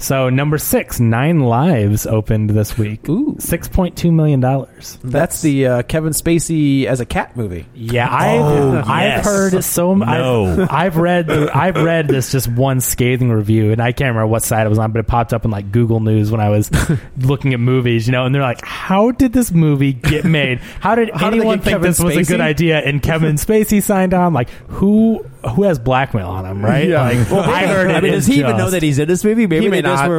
Speaker 4: So number six, Nine Lives opened this week. Ooh, six point two million dollars.
Speaker 2: That's the uh, Kevin Spacey as a cat movie.
Speaker 4: Yeah, I've, I've
Speaker 3: Oh, yes.
Speaker 4: heard so. m-
Speaker 3: No.
Speaker 4: I've, I've read the, I've read this just one scathing review, and I can't remember what side it was on, but it popped up in like Google News when I was looking at movies, you know. And they're like, "How did this movie get made? How did
Speaker 2: How did they
Speaker 4: anyone
Speaker 2: get
Speaker 4: think
Speaker 2: Kevin
Speaker 4: this was a good
Speaker 2: Spacey?"
Speaker 4: idea?" And Kevin Spacey signed on. Like, who who has blackmail on him? Right? Like, I heard.
Speaker 3: I
Speaker 4: it
Speaker 3: mean, does
Speaker 4: is
Speaker 3: he even
Speaker 4: just-
Speaker 3: know that he's in this movie? Maybe
Speaker 2: He
Speaker 3: they
Speaker 2: may
Speaker 3: just
Speaker 2: not.
Speaker 3: were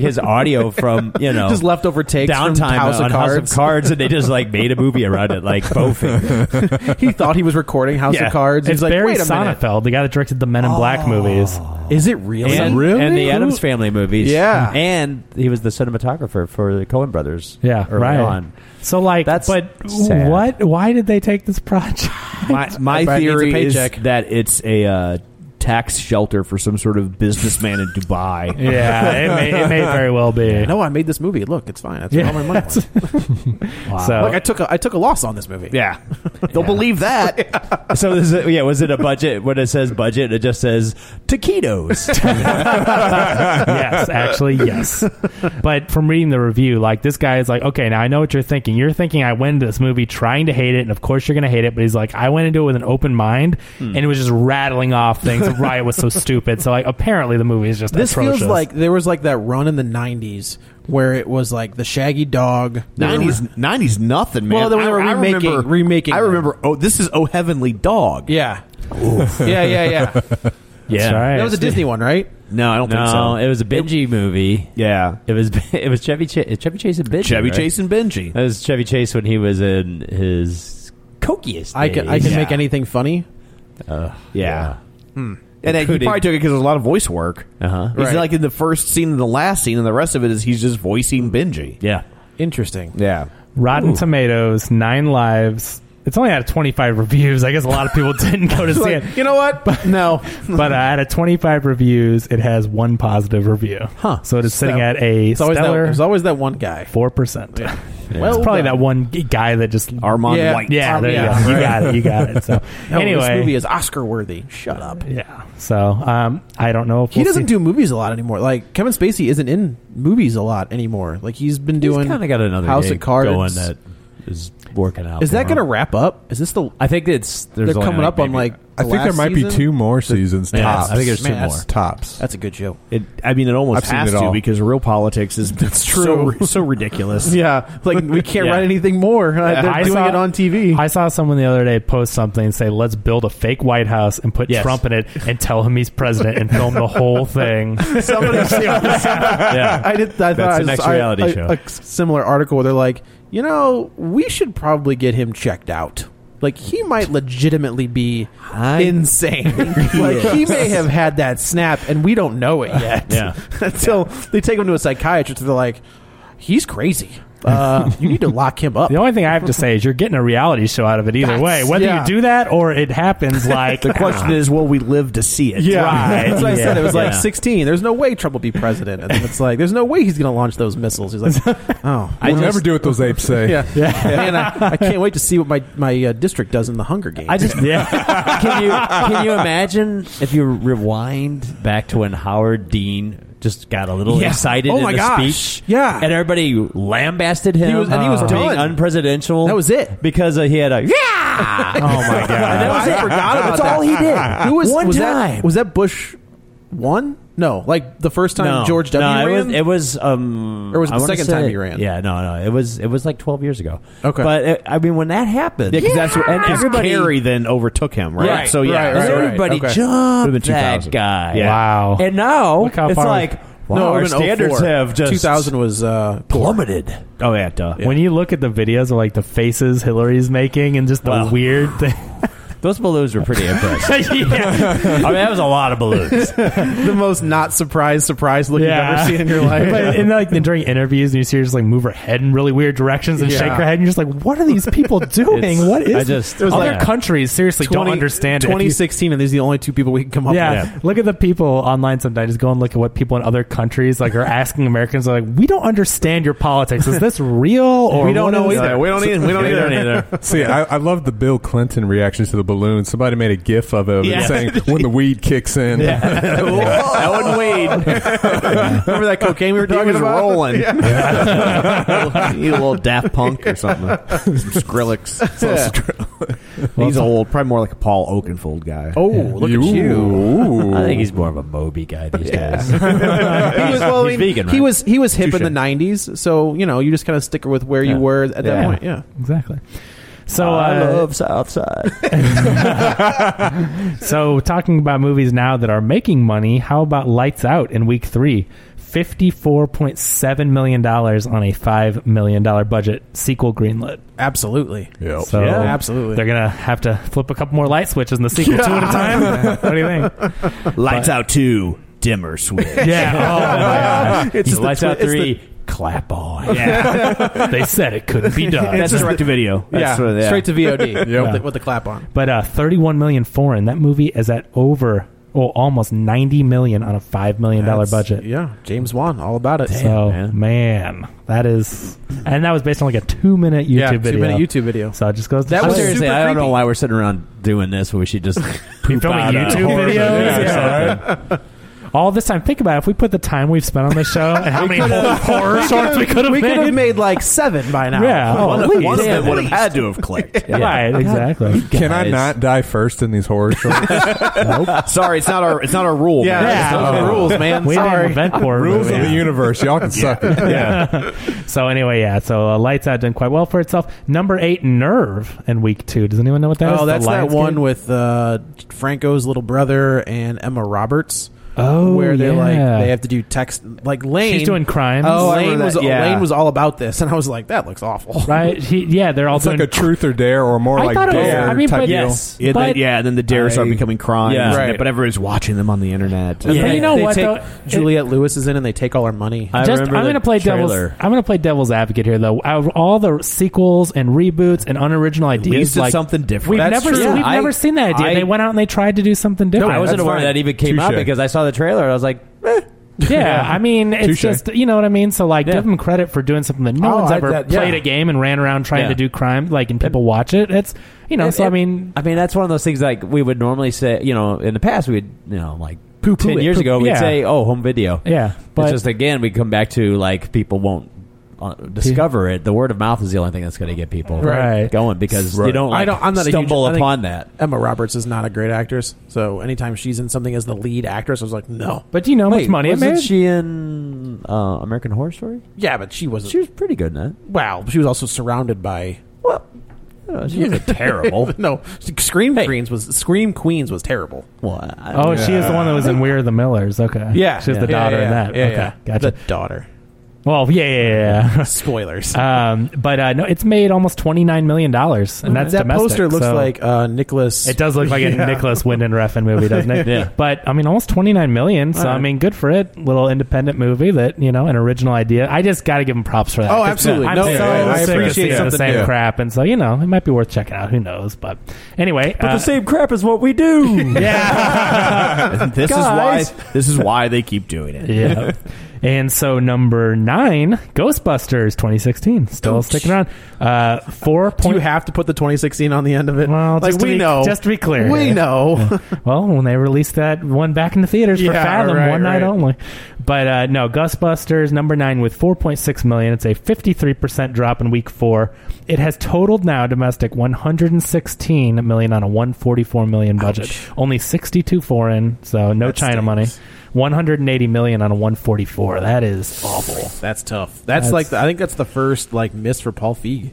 Speaker 3: his audio from you know
Speaker 2: Just leftover takes from
Speaker 3: downtime
Speaker 2: House of
Speaker 3: on House
Speaker 2: Cards.
Speaker 3: of Cards, and they just like made a movie around it, like Bowfinger.
Speaker 2: he thought he was recording House
Speaker 3: Yeah.
Speaker 2: of Cards.
Speaker 4: It's
Speaker 2: He's like,
Speaker 4: Barry
Speaker 2: wait a minute.
Speaker 4: Sonnenfeld, the guy that directed the Men in
Speaker 3: Oh.
Speaker 4: Black movies.
Speaker 2: Is it really?
Speaker 3: and,
Speaker 6: Really?
Speaker 3: and the Adams Family movies.
Speaker 2: Yeah.
Speaker 3: and he was the cinematographer for the Coen Brothers.
Speaker 4: Yeah,
Speaker 3: early
Speaker 4: right.
Speaker 3: on.
Speaker 4: So like,
Speaker 3: That's
Speaker 4: but
Speaker 3: sad.
Speaker 4: what? Why did they take this project?
Speaker 1: My, my
Speaker 2: Brad needs a
Speaker 1: theory is
Speaker 2: paycheck.
Speaker 1: that it's a uh,
Speaker 7: tax shelter for some sort of businessman in Dubai.
Speaker 4: Yeah, it may, it may very well be.
Speaker 1: No, I made this movie. Look, it's fine. That's
Speaker 4: Yeah,
Speaker 1: where all my money.
Speaker 4: that's-
Speaker 1: went.
Speaker 4: So-
Speaker 1: Look, I took a, I took a loss on this movie.
Speaker 3: Yeah.
Speaker 7: They'll believe that.
Speaker 3: so is it, yeah, was it a budget? When it says budget, it just says taquitos.
Speaker 4: yes, actually, yes. But from reading the review, like this guy is like, okay, now I know what you're thinking. You're thinking I went into this movie trying to hate it, and of course you're going to hate it. But he's like, I went into it with an open mind, and it was just rattling off things. Riot was so stupid. So like, apparently the movie is just
Speaker 1: This
Speaker 4: atrocious.
Speaker 1: feels like there was like that run in the '90s where it was like the Shaggy Dog.
Speaker 7: 90s, 90s nothing, man.
Speaker 1: Well, then when they were remaking-
Speaker 7: remember,
Speaker 1: remaking
Speaker 7: I
Speaker 1: them.
Speaker 7: remember, oh, this is Oh Heavenly Dog.
Speaker 1: Yeah. yeah, yeah, yeah.
Speaker 3: yeah,
Speaker 1: That was a Disney one, right?
Speaker 7: No, I don't think so.
Speaker 3: It was a Benji movie.
Speaker 7: Yeah,
Speaker 3: it was it was Chevy Chase, Chevy Chase and Benji.
Speaker 7: Chevy
Speaker 3: right?
Speaker 7: Chase and Benji.
Speaker 3: That was Chevy Chase when he was in his cokiest.
Speaker 1: I can I
Speaker 3: days.
Speaker 1: can make anything funny.
Speaker 3: Uh,
Speaker 7: Yeah.
Speaker 1: Hmm.
Speaker 7: And then he
Speaker 3: Including-
Speaker 7: probably took it because there's a lot of voice work.
Speaker 3: Uh-huh.
Speaker 7: He's
Speaker 1: Right.
Speaker 7: like in the first scene and the last scene, and the rest of it is he's just voicing Benji.
Speaker 3: Yeah.
Speaker 1: Interesting.
Speaker 7: Yeah.
Speaker 4: Rotten Tomatoes, Nine Lives. It's only out of 25 reviews. I guess a lot of people didn't go to see
Speaker 1: Like,
Speaker 4: it.
Speaker 1: You know what? no.
Speaker 4: But uh, out of 25 reviews, it has one positive review. Huh. So it is sitting
Speaker 1: So-
Speaker 4: at a
Speaker 1: It's always that,
Speaker 4: stellar
Speaker 1: there's always that one guy.
Speaker 4: 4%.
Speaker 1: Well
Speaker 4: it's probably
Speaker 1: done.
Speaker 4: that one g- guy that just
Speaker 7: Armand
Speaker 1: Yeah.
Speaker 7: White.
Speaker 4: Yeah,
Speaker 1: Um,
Speaker 4: there
Speaker 1: yeah,
Speaker 4: you go. You
Speaker 1: right.
Speaker 4: got it. You got it. So
Speaker 1: No,
Speaker 4: anyway,
Speaker 1: this movie is Oscar worthy. Shut up.
Speaker 4: yeah. So um, I don't know if
Speaker 1: He
Speaker 4: we'll
Speaker 1: doesn't
Speaker 4: see-
Speaker 1: do movies a lot anymore. Like Kevin Spacey isn't in movies a lot anymore. Like he's been doing
Speaker 3: kind of got another
Speaker 1: House
Speaker 3: gig
Speaker 1: of Cards.
Speaker 3: going that is working out.
Speaker 1: Is that going to
Speaker 3: to?
Speaker 1: wrap up? Is this the?
Speaker 3: I think it's there's
Speaker 1: They're
Speaker 3: only,
Speaker 1: coming up on
Speaker 3: maybe-
Speaker 1: like.
Speaker 8: I
Speaker 1: the
Speaker 8: think there
Speaker 1: last
Speaker 8: might be
Speaker 1: season?
Speaker 8: two more seasons.
Speaker 3: Yeah,
Speaker 8: tops.
Speaker 3: I think there's two
Speaker 1: Man,
Speaker 3: more.
Speaker 1: that's-
Speaker 8: tops.
Speaker 1: That's a good show.
Speaker 7: It, I mean, it almost
Speaker 8: I've seen
Speaker 7: has
Speaker 8: it
Speaker 7: to
Speaker 8: all.
Speaker 7: because real politics is that's so,
Speaker 1: true.
Speaker 7: so ridiculous.
Speaker 1: Yeah, like we can't
Speaker 3: Yeah.
Speaker 1: write anything more.
Speaker 4: Yeah.
Speaker 1: Uh, They're
Speaker 4: I
Speaker 1: doing
Speaker 4: saw-
Speaker 1: it on TV.
Speaker 4: I saw someone the other day post something and say, "Let's build a fake White House and put
Speaker 3: Yes.
Speaker 4: Trump in it and tell him he's president and film the whole thing."
Speaker 1: Somebody,
Speaker 3: Yeah.
Speaker 1: I did. I thought
Speaker 3: That's
Speaker 1: I
Speaker 3: the next
Speaker 1: saw a-
Speaker 3: reality
Speaker 1: a-
Speaker 3: show.
Speaker 1: A similar article where they're like, you know, we should probably get him checked out. Like he might legitimately be insane. like he may have had that snap, and we don't know it yet.
Speaker 3: Yeah.
Speaker 1: Until they take him to a psychiatrist, and they're like, he's crazy. Uh, you need to lock him up.
Speaker 4: The only thing I have to say is you're getting a reality show out of it either way, whether
Speaker 1: yeah.
Speaker 4: you do that or it happens. Like ah,
Speaker 7: The question is, will we live to see it?
Speaker 1: Yeah,
Speaker 4: Right.
Speaker 1: that's what I said. It was like
Speaker 3: uh, Yeah.
Speaker 1: 16. There's no way Trump will be president, and then it's like there's no way he's going to launch those missiles. He's like, oh,
Speaker 8: We'll never do what those apes say.
Speaker 1: yeah, man, I, I can't wait to see what my my uh, district does in the Hunger Games.
Speaker 3: I just can you can you imagine if you rewind back to when Howard Dean just got a little
Speaker 1: Yeah.
Speaker 3: excited
Speaker 1: Oh
Speaker 3: in
Speaker 1: my
Speaker 3: the
Speaker 1: gosh.
Speaker 3: speech,
Speaker 1: Yeah.
Speaker 3: and everybody lambasted him.
Speaker 1: He was- and he was
Speaker 3: for being
Speaker 1: done.
Speaker 3: unpresidential.
Speaker 1: That was it.
Speaker 3: because uh, he had a yeah. oh my god, that was
Speaker 1: I
Speaker 3: it.
Speaker 1: forgot about
Speaker 3: That's
Speaker 1: that.
Speaker 3: all he did.
Speaker 1: Who was
Speaker 3: one
Speaker 1: was
Speaker 3: time?
Speaker 1: That, was that Bush one? No, like the first time George W.
Speaker 3: No,
Speaker 1: ran.
Speaker 3: It was, it was um,
Speaker 1: Or was it
Speaker 3: I
Speaker 1: the
Speaker 3: wanna
Speaker 1: second time
Speaker 3: say-
Speaker 1: he ran?
Speaker 3: Yeah, no, no, it was it was like twelve years ago.
Speaker 1: Okay.
Speaker 3: but it, I mean, when that happened,
Speaker 7: Yeah, because that's what
Speaker 3: and
Speaker 7: because
Speaker 3: everybody,
Speaker 7: Kerry then overtook him, right?
Speaker 3: Right,
Speaker 7: so yeah,
Speaker 1: right,
Speaker 3: and
Speaker 1: right, right.
Speaker 3: everybody
Speaker 1: okay.
Speaker 7: Would've been
Speaker 3: jumped that
Speaker 7: 2000.
Speaker 3: guy.
Speaker 7: Yeah.
Speaker 4: Wow.
Speaker 3: and now
Speaker 4: Look how
Speaker 3: it's
Speaker 4: far-
Speaker 3: like wow,
Speaker 1: no, it
Speaker 3: our
Speaker 1: would've been
Speaker 3: standards
Speaker 1: 04.
Speaker 3: have just
Speaker 1: 2000 was uh,
Speaker 3: plummeted.
Speaker 7: Oh yeah, duh.
Speaker 4: when you look at the videos of like the faces Hillary's making and just the
Speaker 3: Wow.
Speaker 4: weird thing.
Speaker 3: Those balloons were pretty impressive.
Speaker 4: yeah.
Speaker 3: I mean, that was a lot of balloons.
Speaker 1: the most not surprise surprise look you've ever seen in your life.
Speaker 4: But in like and during interviews, and you see her just like move her head in really weird directions and
Speaker 1: Yeah.
Speaker 4: shake her head, and you're just like, "What are these people doing?
Speaker 3: It's-
Speaker 4: what is?"
Speaker 3: I just-
Speaker 4: this? other
Speaker 3: Yeah.
Speaker 4: countries seriously
Speaker 1: 20
Speaker 4: don't understand it. If you-
Speaker 1: 2016, and these are the only two people we can come up
Speaker 4: yeah.
Speaker 1: with.
Speaker 4: look at the people online sometimes. Just go and look at what people in other countries like are asking Americans. They're like, "We don't understand your politics. Is this real?" Or
Speaker 1: We don't
Speaker 4: what
Speaker 1: know
Speaker 4: is-
Speaker 1: either. We don't either. We don't either.
Speaker 8: See, I, I love the Bill Clinton reaction to the balloon. Somebody made a GIF of it
Speaker 7: Yeah.
Speaker 8: saying, "When the weed kicks in."
Speaker 7: Ellen Wade. Remember that cocaine we were talking
Speaker 8: was
Speaker 7: about?
Speaker 8: rolling.
Speaker 7: He's a little Daft Punk or something. Some Skrillex. He's old, probably more like a Paul Oakenfold guy.
Speaker 1: Oh, look at you.
Speaker 8: Ooh.
Speaker 3: I think he's more of a Moby guy these days.
Speaker 1: he was well, I
Speaker 3: He's
Speaker 1: mean,
Speaker 3: vegan,
Speaker 1: He
Speaker 3: right?
Speaker 1: was he was hip in
Speaker 7: Touche.
Speaker 1: the '90s, so you know you just kind of stick with where
Speaker 3: Yeah.
Speaker 1: you were at that
Speaker 3: Yeah.
Speaker 1: point. Yeah,
Speaker 4: exactly.
Speaker 7: Oh,
Speaker 4: So
Speaker 3: I
Speaker 4: uh,
Speaker 3: love Southside.
Speaker 4: So, talking about movies now that are making money, how about Lights Out in week three? $54.7 million on a $5 million budget, sequel greenlit.
Speaker 1: absolutely.
Speaker 8: Yep.
Speaker 4: So
Speaker 1: Yeah, absolutely.
Speaker 4: They're going to have to flip a couple more light switches in the sequel, two at a time. what do you think?
Speaker 7: Lights out two, dimmer switch.
Speaker 4: Yeah.
Speaker 3: it's
Speaker 1: the
Speaker 3: lights
Speaker 1: twi-
Speaker 3: out
Speaker 1: it's the-
Speaker 3: three. clap on.
Speaker 7: yeah,
Speaker 4: Oh, they said it couldn't be done.
Speaker 7: that's direct to video.
Speaker 1: yeah,
Speaker 7: That's what-
Speaker 1: straight to VOD
Speaker 8: Yep.
Speaker 1: with, the, with the clap on.
Speaker 4: but uh, 31 million foreign. That movie is at over oh, almost ninety million on a five million dollar
Speaker 1: That's-
Speaker 4: budget.
Speaker 1: Yeah, James Wan, all about it.
Speaker 4: so man. that is, and that was based on like a two minute YouTube
Speaker 1: Yeah,
Speaker 4: video.
Speaker 1: two-minute YouTube video.
Speaker 4: So it just goes. To
Speaker 1: That
Speaker 4: show.
Speaker 1: was
Speaker 3: Seriously, I don't know why we're sitting around doing this. When we should just poop
Speaker 4: filming
Speaker 3: out a
Speaker 4: YouTube
Speaker 3: horror movie
Speaker 4: videos?
Speaker 3: or
Speaker 4: Yeah,
Speaker 3: something.
Speaker 4: All this time, think about it, if we put the time we've spent on this show and how many horror shorts we could have
Speaker 1: We could have
Speaker 4: made.
Speaker 1: made like seven by now.
Speaker 4: Yeah, oh,
Speaker 1: One
Speaker 4: at
Speaker 1: of-
Speaker 4: least.
Speaker 1: one of them
Speaker 3: would have had to have clicked.
Speaker 4: Yeah. Right, exactly.
Speaker 8: Can I
Speaker 4: Guys.
Speaker 8: not die first in these horror shorts?
Speaker 9: Sorry, it's not our it's not our rule.
Speaker 8: Yeah,
Speaker 9: man.
Speaker 8: yeah. Those are rules, man.
Speaker 4: We
Speaker 8: Sorry.
Speaker 4: didn't invent horror
Speaker 8: Rules of
Speaker 4: movies.
Speaker 8: the universe. Y'all can suck it.
Speaker 4: Yeah. so anyway, yeah. So uh, Lights Out did quite well for itself. Number eight, Nerve, in week two. Does anyone know what that is?
Speaker 1: oh,
Speaker 4: The
Speaker 1: that's that
Speaker 4: Lionsgate?
Speaker 1: one with uh, Franco's little brother and Emma Roberts.
Speaker 4: Oh,
Speaker 1: where they're
Speaker 4: yeah.
Speaker 1: like they have to do text like Lane.
Speaker 4: She's doing crimes.
Speaker 1: Oh,
Speaker 4: Oh, I
Speaker 1: Lane
Speaker 4: remember
Speaker 1: was
Speaker 4: that, yeah.
Speaker 1: Lane was all about this, and I was like, that looks awful.
Speaker 4: Right? He, yeah, they're all
Speaker 8: It's like
Speaker 4: doing
Speaker 8: a truth or dare, or more
Speaker 4: I
Speaker 8: like
Speaker 4: thought it was-
Speaker 8: dare
Speaker 4: I mean,
Speaker 8: type
Speaker 4: but-
Speaker 8: deal.
Speaker 4: yes.
Speaker 9: Yeah,
Speaker 4: But-
Speaker 9: they, yeah, then the dares start
Speaker 4: I-
Speaker 9: becoming crimes.
Speaker 4: Yeah.
Speaker 9: and-
Speaker 4: Right.
Speaker 9: But everyone's watching them on the internet.
Speaker 4: But you know
Speaker 1: they
Speaker 4: what,
Speaker 1: take-
Speaker 4: though?
Speaker 1: Juliette Lewis is in, and they take all our money.
Speaker 4: Just, I'm going to play devil's. I'm going to play devil's advocate here, though. Out of all the sequels and reboots and unoriginal ideas,
Speaker 3: least it's
Speaker 4: like
Speaker 3: something different.
Speaker 4: We've
Speaker 3: That's
Speaker 4: never,
Speaker 3: true.
Speaker 4: seen, we've
Speaker 3: I-
Speaker 4: never seen that idea.
Speaker 3: I-
Speaker 4: they went out and they tried to do something different.
Speaker 3: I wasn't aware that even came out because I saw the trailer. and I was like,
Speaker 4: yeah, I mean, it's
Speaker 3: Touche.
Speaker 4: just you know what I mean. So like, give them credit for doing something that no
Speaker 3: Oh,
Speaker 4: one's
Speaker 3: I-
Speaker 4: ever
Speaker 3: that- yeah.
Speaker 4: played a game and ran around trying
Speaker 3: Yeah.
Speaker 4: to do crime, like, and people watch it. It's you know.
Speaker 3: It-
Speaker 4: so I
Speaker 3: it-
Speaker 4: mean,
Speaker 3: I mean, that's one of those things like we would normally say. You know, in the past, we'd you know like
Speaker 4: Poo-poo
Speaker 3: ten
Speaker 4: it,
Speaker 3: years
Speaker 4: poo-
Speaker 3: ago, we'd
Speaker 4: yeah.
Speaker 3: say, "Oh, home video."
Speaker 4: Yeah, but-
Speaker 3: it's just again, we come back to like people won't. Uh, discover it. The word of mouth is the only thing that's going to get people
Speaker 1: Right.
Speaker 3: going because you don't. Like,
Speaker 1: I don't. I'm not a huge-
Speaker 3: stumble
Speaker 1: I think
Speaker 3: upon that.
Speaker 1: Emma Roberts is not a great actress, so anytime she's in something as the lead actress, I was like, no.
Speaker 4: but you know how much
Speaker 3: Wait,
Speaker 4: money it
Speaker 3: wasn't
Speaker 4: made.
Speaker 3: she in uh, American Horror Story?
Speaker 1: Yeah, but she wasn't.
Speaker 3: She was pretty good in that.
Speaker 1: wow, she was also surrounded by.
Speaker 3: Uh, She was terrible.
Speaker 1: no, Scream Queens was Scream Queens was terrible.
Speaker 3: What?
Speaker 4: Oh, she is the one that was in We're the Millers. Okay,
Speaker 1: Yeah,
Speaker 4: she's the
Speaker 1: Yeah,
Speaker 4: daughter
Speaker 1: yeah,
Speaker 4: in that.
Speaker 1: yeah,
Speaker 4: okay,
Speaker 1: yeah.
Speaker 4: gotcha.
Speaker 1: The daughter.
Speaker 4: Well, yeah, yeah, yeah. yeah.
Speaker 1: Spoilers.
Speaker 4: Um, but uh, no, it's made almost twenty nine million dollars, and that's
Speaker 1: that
Speaker 4: domestic,
Speaker 1: poster looks
Speaker 4: so-
Speaker 1: like uh, Nicholas.
Speaker 4: It does look like a
Speaker 1: Yeah.
Speaker 4: Nicholas Winden Refn movie, doesn't it?
Speaker 1: Yeah.
Speaker 4: But I mean, almost twenty nine million. So I
Speaker 1: Alright.
Speaker 4: mean, good for it. Little independent movie that you know, an original idea. I just got to give him props for that.
Speaker 1: Oh,
Speaker 4: 'cause
Speaker 1: absolutely.
Speaker 4: I'm
Speaker 1: No,
Speaker 4: so
Speaker 1: yeah, yeah, I
Speaker 4: sick of
Speaker 1: appreciate
Speaker 4: seeing the
Speaker 1: something
Speaker 4: same
Speaker 1: new.
Speaker 4: crap, and so you know, it might be worth checking out. Who knows? But anyway,
Speaker 3: But
Speaker 4: uh,
Speaker 3: the same crap is what we do.
Speaker 4: yeah.
Speaker 9: this
Speaker 4: Guys.
Speaker 9: is why this is why they keep doing it.
Speaker 4: yeah. And so number nine, Ghostbusters 2016, still sticking around. Uh, four
Speaker 1: Do you
Speaker 4: point.
Speaker 1: have to put the 2016 on the end of it?
Speaker 4: Well,
Speaker 1: like
Speaker 4: just to
Speaker 1: we
Speaker 4: be-
Speaker 1: know,
Speaker 4: just to be clear,
Speaker 1: we know.
Speaker 4: Well, when they released that one back in the theaters for
Speaker 1: Yeah,
Speaker 4: Fathom,
Speaker 1: right,
Speaker 4: one night
Speaker 1: right.
Speaker 4: only. But uh, no, Ghostbusters number nine with 4.6 million. It's a 53% drop in week four. It has totaled now domestic 116 million on a 144 million budget. Only 62 foreign, so no China money. 180 million on a 144. That is awful.
Speaker 1: That's tough. That's,
Speaker 4: That's-
Speaker 1: like the, I think that's the first like miss for Paul Feig.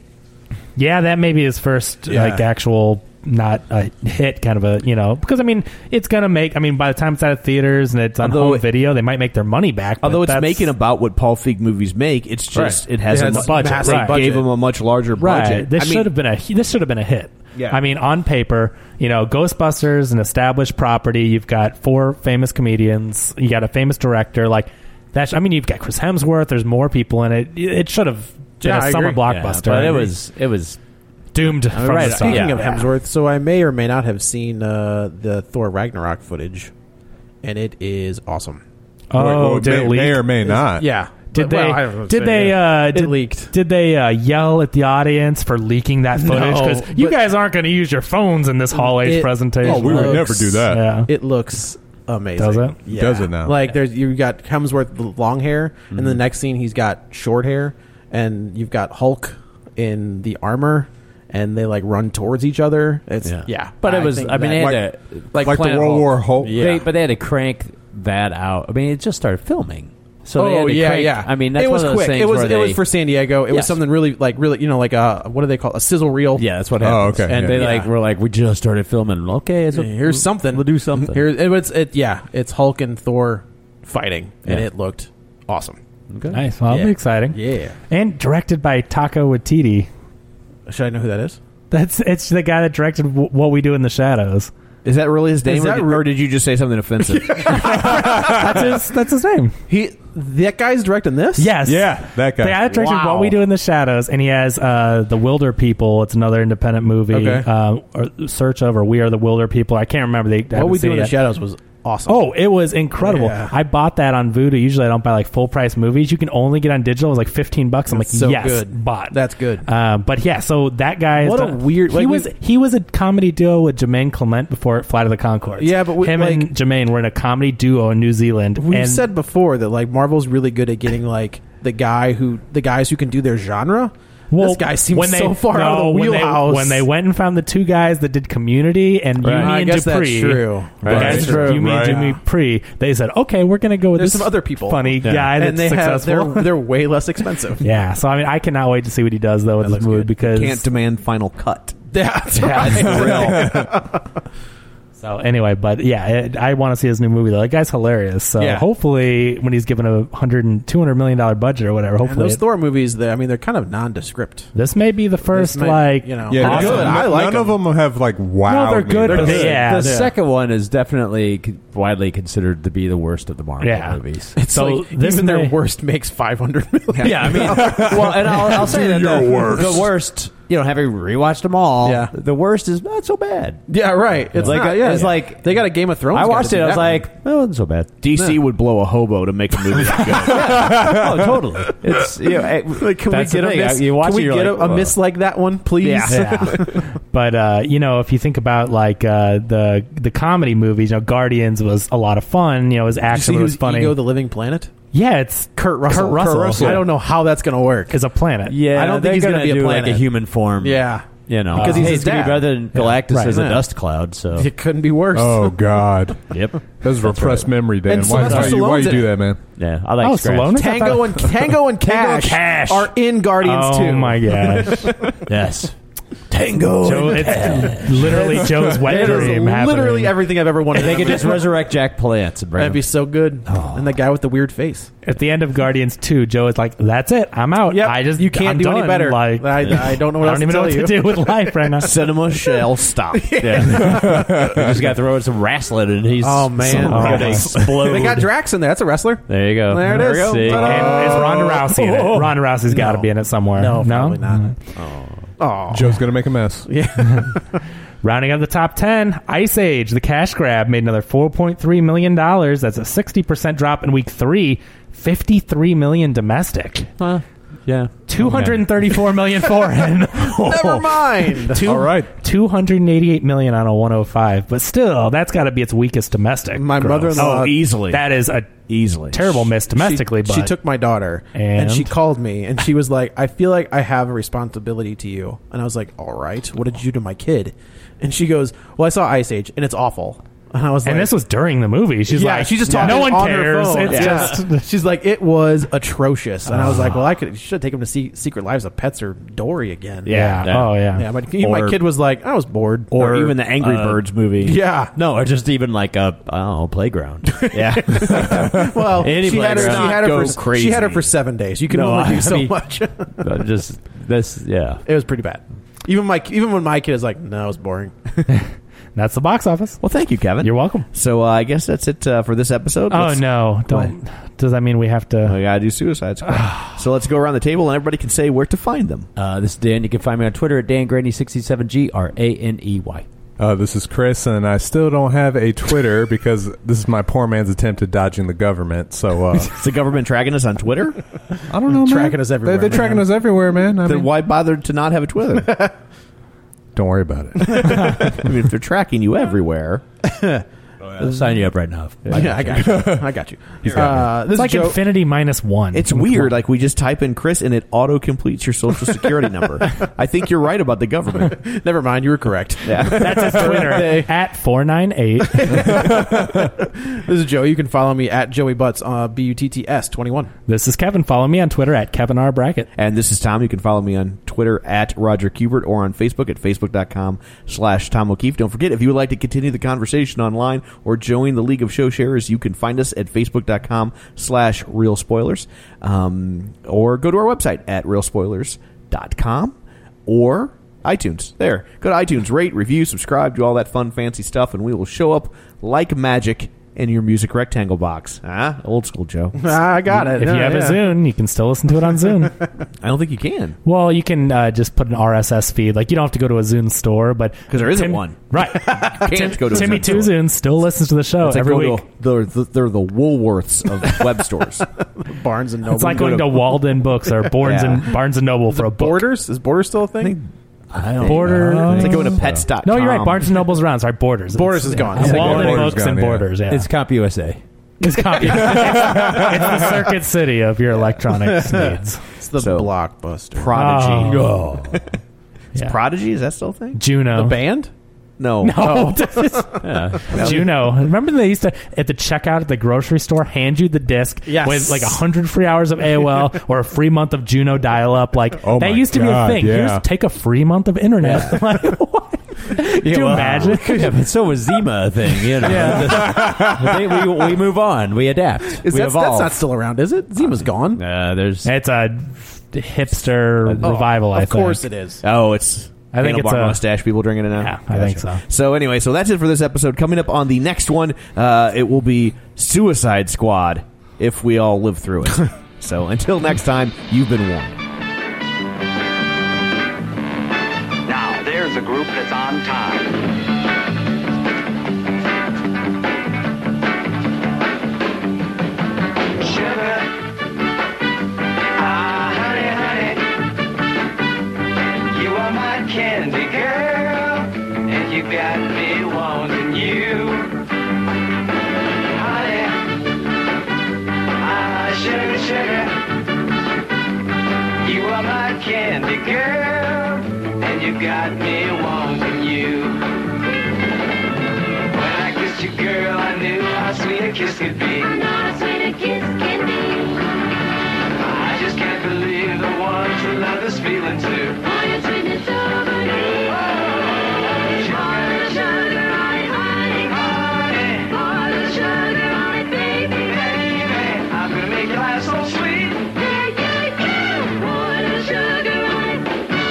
Speaker 4: Yeah, that may be his first
Speaker 1: Yeah.
Speaker 4: like actual not a hit kind of a you know because I mean it's gonna make I mean by the time it's out of theaters and it's on
Speaker 9: Although
Speaker 4: home
Speaker 9: it-
Speaker 4: video they might make their money back. but
Speaker 9: Although it's
Speaker 4: that's-
Speaker 9: making about what Paul Feig movies make, it's just
Speaker 4: Right.
Speaker 9: it has
Speaker 4: It
Speaker 9: a
Speaker 4: has
Speaker 9: mu-
Speaker 4: a budget,
Speaker 9: massive
Speaker 4: right.
Speaker 9: Gave him a much larger
Speaker 4: right.
Speaker 9: budget.
Speaker 4: This
Speaker 9: I mean,
Speaker 4: should have been a this should have been a hit.
Speaker 9: Yeah.
Speaker 4: I mean on paper you know Ghostbusters an established property. You've got four famous comedians. You got a famous director like that. sh- I mean you've got Chris Hemsworth. There's more people in it. It should have been
Speaker 1: Yeah,
Speaker 4: a
Speaker 1: I
Speaker 4: summer
Speaker 1: agree.
Speaker 3: Yeah,
Speaker 4: blockbuster.
Speaker 3: but it was it was
Speaker 4: doomed
Speaker 1: All
Speaker 4: from
Speaker 1: right.
Speaker 4: the start.
Speaker 1: Speaking of Hemsworth, so I may or may not have seen uh, the Thor Ragnarok footage, and it is awesome.
Speaker 4: Oh,
Speaker 8: Well,
Speaker 4: did
Speaker 8: may,
Speaker 4: it leak?
Speaker 8: may or may not.
Speaker 1: Yeah.
Speaker 4: Did
Speaker 1: Well, I don't know
Speaker 4: they?
Speaker 1: what to
Speaker 4: Did
Speaker 1: say,
Speaker 4: they?
Speaker 1: yeah.
Speaker 4: Uh,
Speaker 1: it
Speaker 4: did,
Speaker 1: leaked.
Speaker 4: Did they uh, yell at the audience for leaking that footage?
Speaker 1: No,
Speaker 4: Because you
Speaker 1: but-
Speaker 4: guys aren't going to use your phones in this Hall H
Speaker 1: It-
Speaker 4: presentation.
Speaker 8: Oh, we would never do that.
Speaker 4: Yeah.
Speaker 1: It looks amazing.
Speaker 4: Does it?
Speaker 1: Yeah.
Speaker 8: Does it now? Mm-hmm.
Speaker 1: Like there's you got Hemsworth with long hair, and the next scene he's got short hair, and you've got Hulk in the armor, and they like run towards each other. It's yeah,
Speaker 3: But it was.
Speaker 1: think
Speaker 3: I mean,
Speaker 1: that-
Speaker 3: they
Speaker 8: Like-
Speaker 3: had to,
Speaker 8: like the
Speaker 3: Planet
Speaker 8: World War Hulk.
Speaker 3: Yeah.
Speaker 1: Yeah.
Speaker 3: They, but they had to crank that out. I mean, it just started filming. So they had
Speaker 1: oh
Speaker 3: to
Speaker 1: yeah,
Speaker 3: crank-
Speaker 1: yeah.
Speaker 3: I mean, that's
Speaker 1: it was
Speaker 3: one of those
Speaker 1: quick.
Speaker 3: things
Speaker 1: It was
Speaker 3: where
Speaker 1: it
Speaker 3: they,
Speaker 1: was for San Diego. It was
Speaker 3: Yes.
Speaker 1: something really like really you know like a what do they call it? a sizzle reel?
Speaker 3: Yeah, that's what
Speaker 8: Oh,
Speaker 3: happens.
Speaker 8: okay,
Speaker 3: And
Speaker 8: yeah.
Speaker 3: they
Speaker 8: Yeah.
Speaker 3: like were like, we just started filming. Okay, it's a,
Speaker 1: Here's something.
Speaker 3: We'll do something.
Speaker 1: Here it was. It yeah. It's Hulk and Thor fighting, and
Speaker 3: Yeah.
Speaker 1: it looked awesome.
Speaker 4: Nice. Well, that'll
Speaker 1: Yeah.
Speaker 4: be exciting.
Speaker 1: Yeah.
Speaker 4: And directed by Taco Waititi.
Speaker 1: Should I know who that is?
Speaker 4: That's it's the guy that directed w- What We Do in the Shadows.
Speaker 9: is that really his name, or
Speaker 1: that
Speaker 9: did,
Speaker 1: re-
Speaker 9: or did you just say something offensive?
Speaker 4: That's his. that's his name.
Speaker 1: He that guy's directing this.
Speaker 4: Yes.
Speaker 8: Yeah, that guy.
Speaker 4: The guy that directed
Speaker 9: Wow.
Speaker 4: What We Do in the Shadows, and he has uh, The Wilder People. It's another independent movie.
Speaker 1: Okay.
Speaker 4: Uh, or Search of or We Are the Wilder People. I can't remember. They
Speaker 1: What we do in the
Speaker 4: Shadows.
Speaker 1: shadows was awesome.
Speaker 4: Oh, it was incredible.
Speaker 1: Yeah.
Speaker 4: I bought that on Voodoo. Usually I don't buy like full price movies. You can only get on digital. It was like 15 bucks. I'm
Speaker 1: That's
Speaker 4: like,
Speaker 1: so
Speaker 4: yes,
Speaker 1: good.
Speaker 4: bought.
Speaker 1: That's good.
Speaker 4: Uh, but yeah, so that guy. has
Speaker 1: What a
Speaker 4: done-
Speaker 1: weird-
Speaker 4: He
Speaker 1: like,
Speaker 4: was
Speaker 1: we-
Speaker 4: he was a comedy duo with Jermaine Clement before Flight of the Concords.
Speaker 1: Yeah, but we-
Speaker 4: him and Jermaine were in a comedy duo in New Zealand.
Speaker 1: We've
Speaker 4: and
Speaker 1: said before that like Marvel's really good at getting like the guy who the guys who can do their genre. this guy seems
Speaker 4: when they-
Speaker 1: so far
Speaker 4: no,
Speaker 1: out of the
Speaker 4: when they-
Speaker 1: wheelhouse.
Speaker 4: When they, went and found the two guys that did Community and
Speaker 1: Right.
Speaker 4: Yumi
Speaker 1: I
Speaker 4: and
Speaker 1: guess that's
Speaker 4: Dupree,
Speaker 1: true.
Speaker 4: the
Speaker 1: Right.
Speaker 4: guys
Speaker 1: That's
Speaker 4: that did
Speaker 1: true.
Speaker 4: Yumi
Speaker 1: Right.
Speaker 4: and Jimmy Dupree, they said, okay, we're going to go with
Speaker 1: there's
Speaker 4: this
Speaker 1: some other people,
Speaker 4: funny guy that's
Speaker 1: and they
Speaker 4: successful.
Speaker 1: Have, they're, they're way less expensive.
Speaker 4: yeah, so I mean, I cannot wait to see what he does though with this movie because
Speaker 10: Can't demand final cut.
Speaker 1: That's
Speaker 4: Yeah,
Speaker 1: right.
Speaker 4: so anyway, but yeah, it, I want to see his new movie though. That guy's hilarious. So
Speaker 1: Yeah.
Speaker 4: hopefully, when he's given a hundred and two hundred million dollar budget or whatever,
Speaker 1: And
Speaker 4: hopefully
Speaker 1: those
Speaker 4: it-
Speaker 1: Thor movies, they- I mean, they're kind of nondescript.
Speaker 4: this may be the first
Speaker 1: might-
Speaker 4: like
Speaker 1: you know,
Speaker 8: Yeah,
Speaker 1: Awesome.
Speaker 8: none,
Speaker 1: Good, I like
Speaker 8: none of them have like wow.
Speaker 4: they're good, but they- yeah,
Speaker 11: the
Speaker 4: yeah.
Speaker 11: second one is definitely con- widely considered to be the worst of the Marvel
Speaker 4: Yeah.
Speaker 11: movies.
Speaker 1: It's
Speaker 4: So
Speaker 1: like,
Speaker 4: this
Speaker 1: even
Speaker 4: may-
Speaker 1: their worst makes five hundred million.
Speaker 11: Yeah, I mean, well, and I'll, I'll say
Speaker 8: Do
Speaker 11: that
Speaker 8: your
Speaker 11: the,
Speaker 8: worst.
Speaker 11: the worst, you know, having rewatched them all,
Speaker 1: Yeah.
Speaker 11: the worst is not so bad.
Speaker 1: yeah, right. It's
Speaker 11: Like,
Speaker 1: like
Speaker 11: uh,
Speaker 1: yeah,
Speaker 11: it's like-
Speaker 1: they got a Game of Thrones.
Speaker 11: I
Speaker 1: guy
Speaker 11: watched
Speaker 1: to
Speaker 11: it.
Speaker 1: do
Speaker 11: I was
Speaker 1: that one.
Speaker 11: like, "Well, it's so bad."
Speaker 3: DC would blow a hobo to make a movie that good.
Speaker 11: oh, totally. It's you know, it-
Speaker 1: Like, can
Speaker 11: that's
Speaker 1: we
Speaker 11: the
Speaker 1: get a
Speaker 11: thing.
Speaker 1: miss?
Speaker 11: You watch
Speaker 1: can we
Speaker 11: it, you're
Speaker 1: get
Speaker 11: like,
Speaker 1: a, a
Speaker 11: "Whoa."
Speaker 1: miss like that one, please?
Speaker 4: Yeah. but uh, you know, if you think about like uh, the the comedy movies, you know, Guardians was a lot of fun. You know, his
Speaker 1: Did you see
Speaker 4: action was
Speaker 1: who's
Speaker 4: funny.
Speaker 1: ego the living planet?
Speaker 4: yeah, it's
Speaker 1: Kurt Russell.
Speaker 4: Kurt Russell.
Speaker 1: I don't know how that's going to work.
Speaker 4: is a planet.
Speaker 11: Yeah,
Speaker 1: I don't think
Speaker 11: they're
Speaker 1: he's gonna be a
Speaker 11: do, like
Speaker 1: planet.
Speaker 11: a human form.
Speaker 1: Yeah.
Speaker 11: you know,
Speaker 1: Because he's his
Speaker 11: gonna be
Speaker 1: dad.
Speaker 11: better than Galactus
Speaker 4: Right.
Speaker 11: as
Speaker 1: Yeah.
Speaker 11: a dust cloud. So
Speaker 1: It couldn't be worse.
Speaker 8: Oh God,
Speaker 11: yep,
Speaker 8: that's repressed memory, Dan.
Speaker 1: And
Speaker 8: why why
Speaker 1: Sylvester
Speaker 8: you, why
Speaker 1: Stallone's
Speaker 8: you
Speaker 1: in
Speaker 8: do
Speaker 1: it.
Speaker 8: that, man?
Speaker 11: yeah, I like
Speaker 4: Oh,
Speaker 11: Scratch.
Speaker 4: Stallone?
Speaker 1: Tango and Tango and Cash,
Speaker 4: Cash.
Speaker 1: are in Guardians
Speaker 4: oh
Speaker 1: too.
Speaker 4: my gosh!
Speaker 11: Yes,
Speaker 1: Tango.
Speaker 4: Joe, it's literally Joe's wet
Speaker 1: That is
Speaker 4: dream. happening.
Speaker 1: literally everything I've ever wanted.
Speaker 11: they could just resurrect Jack Plants and bring
Speaker 1: That'd
Speaker 11: him.
Speaker 1: be so good. And the guy with the weird face.
Speaker 4: at the end of Guardians Two, Joe is like, "That's it, I'm out.
Speaker 1: Yep,
Speaker 4: I just
Speaker 1: you can't
Speaker 4: I'm
Speaker 1: do
Speaker 4: done.
Speaker 1: any better.
Speaker 4: Like,
Speaker 1: I, I don't know what
Speaker 4: I
Speaker 1: else
Speaker 4: don't even know
Speaker 1: to tell
Speaker 4: what
Speaker 1: you.
Speaker 4: to do with life right now."
Speaker 3: Cinema shall stop.
Speaker 11: you just got to throw in some wrestling, and he's
Speaker 1: Oh man,
Speaker 4: Oh,
Speaker 11: gonna
Speaker 4: my.
Speaker 11: explode.
Speaker 1: they got Drax in there. That's a wrestler.
Speaker 11: there you go.
Speaker 1: There it is.
Speaker 11: See?
Speaker 1: Ta-da.
Speaker 4: And is Ronda Rousey in it? Ronda Rousey's got to
Speaker 1: Oh. No.
Speaker 4: be in it somewhere. No, Mm-hmm.
Speaker 1: probably not. Oh,
Speaker 8: Joe's gonna make a mess.
Speaker 4: Rounding up the top 10, Ice Age, the cash grab, made another $4.3 million. That's a 60% drop in week three, 53 million domestic.
Speaker 11: Huh. Yeah,
Speaker 4: two hundred thirty-four million foreign.
Speaker 1: Oh, never mind.
Speaker 4: Two,
Speaker 8: All right.
Speaker 4: 288 million on a 105, but still, that's got to be its weakest domestic.
Speaker 1: My
Speaker 4: gross.
Speaker 1: mother-in-law-
Speaker 11: E
Speaker 3: Oh, easily.
Speaker 4: That is a e-
Speaker 3: Easily.
Speaker 4: terrible miss domestically,
Speaker 1: she,
Speaker 4: but
Speaker 1: she took my daughter and?
Speaker 4: And?
Speaker 1: she called me and she was like, "I feel like I have a responsibility to you." And I was like, "All right, what did you do to my kid?" And she goes, "Well, I saw Ice Age and it's awful." And I was
Speaker 4: and
Speaker 1: like,
Speaker 4: this was during the movie. She's
Speaker 1: yeah,
Speaker 4: like,
Speaker 1: she just
Speaker 4: "Yeah,
Speaker 1: talked
Speaker 4: no one
Speaker 1: on
Speaker 4: cares.
Speaker 1: Her phone.
Speaker 4: It's
Speaker 1: Yeah.
Speaker 4: just Ah.
Speaker 1: she's like, it was atrocious, and I was like, well, I could you should take him to see Secret Lives of Pets or Dory again.
Speaker 4: yeah.
Speaker 11: Yeah.
Speaker 4: Oh yeah.
Speaker 1: yeah. My, he- my
Speaker 11: Or-
Speaker 1: kid was like, I was bored,
Speaker 3: Or even the Angry
Speaker 11: uh,
Speaker 3: Birds movie.
Speaker 1: yeah.
Speaker 11: No, or just even like a I don't know, playground. Yeah,
Speaker 1: Well, she
Speaker 11: Anybody
Speaker 1: had her. She
Speaker 11: does not
Speaker 1: had her,
Speaker 3: go
Speaker 1: for,
Speaker 3: crazy.
Speaker 1: she had her for seven days. You can
Speaker 11: No,
Speaker 1: only
Speaker 11: I
Speaker 1: do so
Speaker 11: mean-
Speaker 1: much. it
Speaker 11: But just this. Yeah,
Speaker 1: was pretty bad. Even my even when my kid is like, no, it was boring.
Speaker 4: That's the box office.
Speaker 3: Well, thank you, Kevin.
Speaker 4: You're welcome.
Speaker 3: So uh, I guess that's it uh, for this episode.
Speaker 4: Oh
Speaker 3: Let's-
Speaker 4: no! Don't. Does that mean we have to?
Speaker 3: We gotta do Suicide Squad. so let's go around the table and everybody can say where to find them.
Speaker 11: uh, this is Dan. You can find me on Twitter at dangraney67g g r a n e y.
Speaker 8: Uh, this is Chris, and I still don't have a Twitter because this is my poor man's attempt at dodging the government. So uh,
Speaker 3: Is the government tracking us on Twitter?
Speaker 8: I don't know, man.
Speaker 1: Tracking us everywhere,
Speaker 8: They, are tracking
Speaker 1: man.
Speaker 8: us everywhere, man. I
Speaker 3: then
Speaker 8: mean,
Speaker 3: why bother to not have a Twitter?
Speaker 8: don't worry about it.
Speaker 3: I mean, if they're tracking you everywhere,
Speaker 11: I'll sign you up right now.
Speaker 1: Oh, yeah, I got you. I got you. Uh, this
Speaker 4: It's
Speaker 1: is
Speaker 4: like
Speaker 1: Joe-
Speaker 4: infinity minus one.
Speaker 3: it's weird. Like we just type in Chris and it auto completes your social security number. I think you're right about the government.
Speaker 1: Never mind. You were correct.
Speaker 4: That's his Twitter at four nine eight.
Speaker 1: This is Joe. You can follow me at Joey Butts. Uh, B U T T S twenty one.
Speaker 4: This is Kevin. Follow me on Twitter at Kevin R Brackett.
Speaker 3: And this is Tom. You can follow me on Twitter at Roger Kubert or on Facebook at facebook.com slash Tom O'Keefe. Don't forget, if you would like to continue the conversation online or join the League of Show Sharers, you can find us at facebook.com slash Real Spoilers um, or go to our website at realspoilers.com or iTunes. There. Go to iTunes, rate, review, subscribe, do all that fun, fancy stuff, and we will show up like magic and your music rectangle box. Ah, old school, Joe.
Speaker 12: I got
Speaker 1: Uh,
Speaker 12: it.
Speaker 4: If
Speaker 12: No,
Speaker 4: you have
Speaker 12: yeah.
Speaker 4: a Zune, you can still listen to it on Zune.
Speaker 3: I don't think you can.
Speaker 4: Well, you can uh, just put an RSS feed. Like you don't have to go to a Zune store, but because
Speaker 3: there isn't one.
Speaker 4: right?
Speaker 3: Can't go to a
Speaker 4: Timmy
Speaker 3: Zune
Speaker 4: Two
Speaker 3: store.
Speaker 4: Zune still listens to the show
Speaker 3: It's like
Speaker 4: Oh, every
Speaker 3: going
Speaker 4: week.
Speaker 3: to a- they're, the, they're the Woolworths of web stores.
Speaker 12: Barnes and Noble.
Speaker 4: It's like going to Walden Books or Barnes
Speaker 3: Yeah.
Speaker 4: and Barnes and Noble for a book.
Speaker 12: Borders is Borders still a thing?
Speaker 3: I
Speaker 4: Borders. Oh.
Speaker 3: It's like going to pets.com.
Speaker 4: No, you're right. Barnes and Noble's around. Sorry, Borders.
Speaker 12: Borders
Speaker 4: It's-
Speaker 12: is gone.
Speaker 4: it's
Speaker 12: Yeah.
Speaker 4: Walden
Speaker 12: Borders
Speaker 4: Books
Speaker 12: gone,
Speaker 4: and
Speaker 12: yeah.
Speaker 4: Borders. Yeah,
Speaker 13: It's Comp USA.
Speaker 4: It's copy. it's the circuit city of your electronics needs.
Speaker 12: It's the blockbuster.
Speaker 3: Prodigy.
Speaker 4: Oh.
Speaker 3: It's
Speaker 4: Yeah.
Speaker 3: Prodigy? Is that Oh. still a thing?
Speaker 4: Juno.
Speaker 12: The band?
Speaker 3: No.
Speaker 4: No, Juno. Remember they used to at the checkout at the grocery store hand you the disc
Speaker 12: Yes.
Speaker 4: with like hundred free hours of AOL or a free month of Juno dial-up. Like
Speaker 14: Oh
Speaker 4: that
Speaker 14: my
Speaker 4: used to
Speaker 14: God,
Speaker 4: be a thing.
Speaker 14: yeah.
Speaker 4: Here's take a free month of internet. Like, what? Could you imagine?
Speaker 13: yeah, but so was Zima a thing, you know. They- we, we move on. We adapt.
Speaker 12: Is
Speaker 13: we
Speaker 12: that, that's
Speaker 13: evolve.
Speaker 12: not still around, is it? Zima's gone.
Speaker 13: uh, there's
Speaker 4: It's a hipster
Speaker 12: Oh,
Speaker 4: revival. I
Speaker 12: Of
Speaker 4: think.
Speaker 12: course it is.
Speaker 3: Oh, it's.
Speaker 4: I think
Speaker 3: handlebar
Speaker 4: it's a-
Speaker 3: mustache people drinking it now.
Speaker 4: Yeah, I think so.
Speaker 3: So anyway, so that's it for this episode. Coming up on the next one, uh, it will be Suicide Squad if we all live through it. so until next time, you've been warned.
Speaker 1: Now, there's a group that's on time. Sugar. Ah, honey, honey. You are my candy girl. And you got me wanting you. Honey. Ah, sugar, sugar. You are my candy girl and you got me wanting you. When I kissed you, girl, I knew how sweet a kiss could be. How sweet a kiss can be. I just can't believe the one true love is feeling too. What a sweetness over me. So sweet. Yeah, yeah, yeah. What a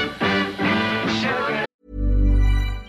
Speaker 1: sugar rush. Sugar.